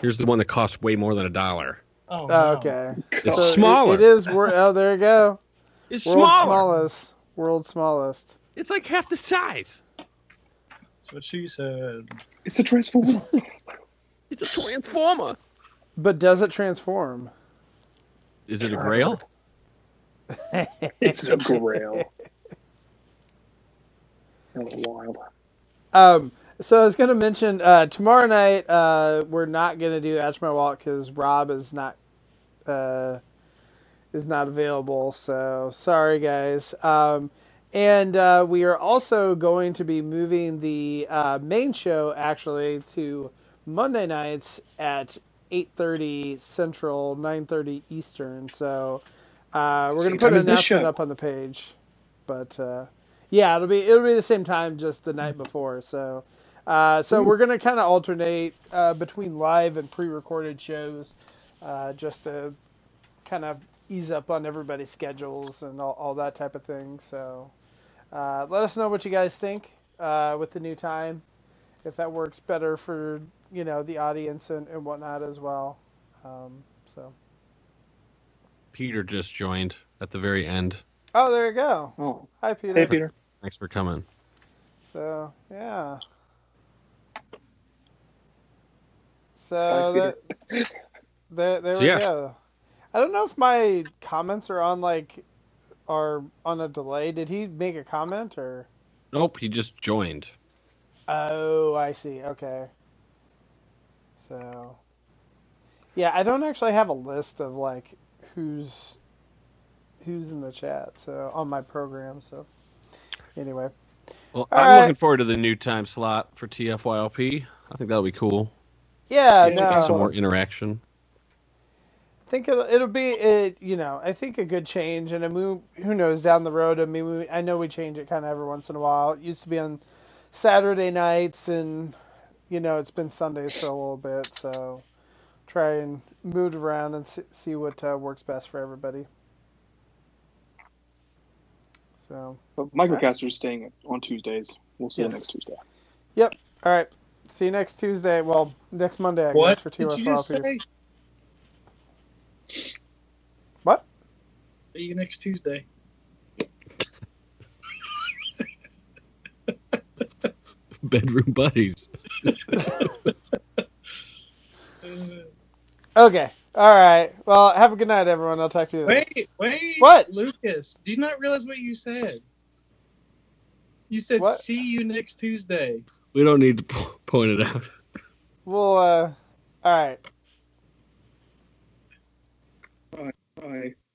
Speaker 4: Here's the one that costs way more than a dollar.
Speaker 2: Oh,
Speaker 1: oh,
Speaker 2: no.
Speaker 1: okay.
Speaker 4: It's
Speaker 1: it-
Speaker 4: smaller.
Speaker 1: It is. Wor- oh, there you go.
Speaker 4: It's
Speaker 1: World's
Speaker 4: smaller.
Speaker 1: smallest. World's smallest.
Speaker 4: It's like half the size.
Speaker 2: That's what she said.
Speaker 3: It's a Transformer.
Speaker 4: It's a transformer.
Speaker 1: But does it transform?
Speaker 4: Is it a grail?
Speaker 3: it's a grail. That was wild.
Speaker 1: Um, so I was going to mention uh, tomorrow night uh, we're not going to do Ask My Wallet because Rob is not uh, is not available. So sorry, guys. Um, and uh, we are also going to be moving the uh, main show actually to Monday nights at 8.30 Central, 9.30 Eastern. So uh, we're
Speaker 3: Same
Speaker 1: going to
Speaker 3: time
Speaker 1: put an
Speaker 3: as this
Speaker 1: announcement
Speaker 3: show.
Speaker 1: up on the page. But uh, yeah, it'll be it'll be the same time, just the
Speaker 3: Mm.
Speaker 1: night before. So uh, so we're going to kind of alternate uh, between live and pre-recorded shows uh, just to kind of ease up on everybody's schedules and all, all that type of thing. So uh, let us know what you guys think uh, with the new time, if that works better for you know the audience and, and whatnot as well. Um, so
Speaker 4: Peter just joined at the very end.
Speaker 1: oh, there you go.
Speaker 3: Oh,
Speaker 1: Hi,
Speaker 3: hey
Speaker 1: Peter.
Speaker 3: Peter.
Speaker 4: Thanks for coming.
Speaker 1: So yeah.
Speaker 3: Hi,
Speaker 1: So
Speaker 3: Peter.
Speaker 1: that, there, there
Speaker 4: So,
Speaker 1: we
Speaker 4: yeah.
Speaker 1: go. I don't know if my comments are on like are on a delay. Did he make a comment or?
Speaker 4: Nope, he just joined.
Speaker 1: Oh, I see. Okay. So, yeah, I don't actually have a list of like who's who's in the chat. So on my program. So anyway,
Speaker 4: Well,
Speaker 1: All
Speaker 4: I'm
Speaker 1: right.
Speaker 4: looking forward to the new time slot for TFYLP. I think that'll be cool.
Speaker 1: yeah,
Speaker 3: Yeah,
Speaker 4: We'll get
Speaker 1: no,
Speaker 4: some more interaction.
Speaker 1: I think it'll it'll be it. You know, I think a good change, and a move. Who knows down the road? I mean, we, I know we change it kind of every once in a while. It used to be on Saturday nights, and you know, it's been Sundays for a little bit. So try and move it around and see, see what uh, works best for everybody. So.
Speaker 3: But Microcaster's staying on Tuesdays. We'll see you
Speaker 1: Yes.
Speaker 3: next Tuesday.
Speaker 1: Yep. All right. See you next Tuesday. Well, next Monday, I guess,
Speaker 2: What
Speaker 1: for
Speaker 2: did
Speaker 1: 2
Speaker 2: you just
Speaker 1: FRLP.
Speaker 2: say?
Speaker 1: What?
Speaker 2: See you next Tuesday.
Speaker 4: Bedroom buddies.
Speaker 2: Uh,
Speaker 1: Okay. All right. Well, have a good night, everyone. I'll talk to you then.
Speaker 2: Wait, wait,
Speaker 1: What?
Speaker 2: Lucas? Do you not realize what you said? You said
Speaker 1: What?
Speaker 2: see you next Tuesday.
Speaker 4: We don't need to p- point it out.
Speaker 1: We'll, uh, all right.
Speaker 3: Bye. Bye.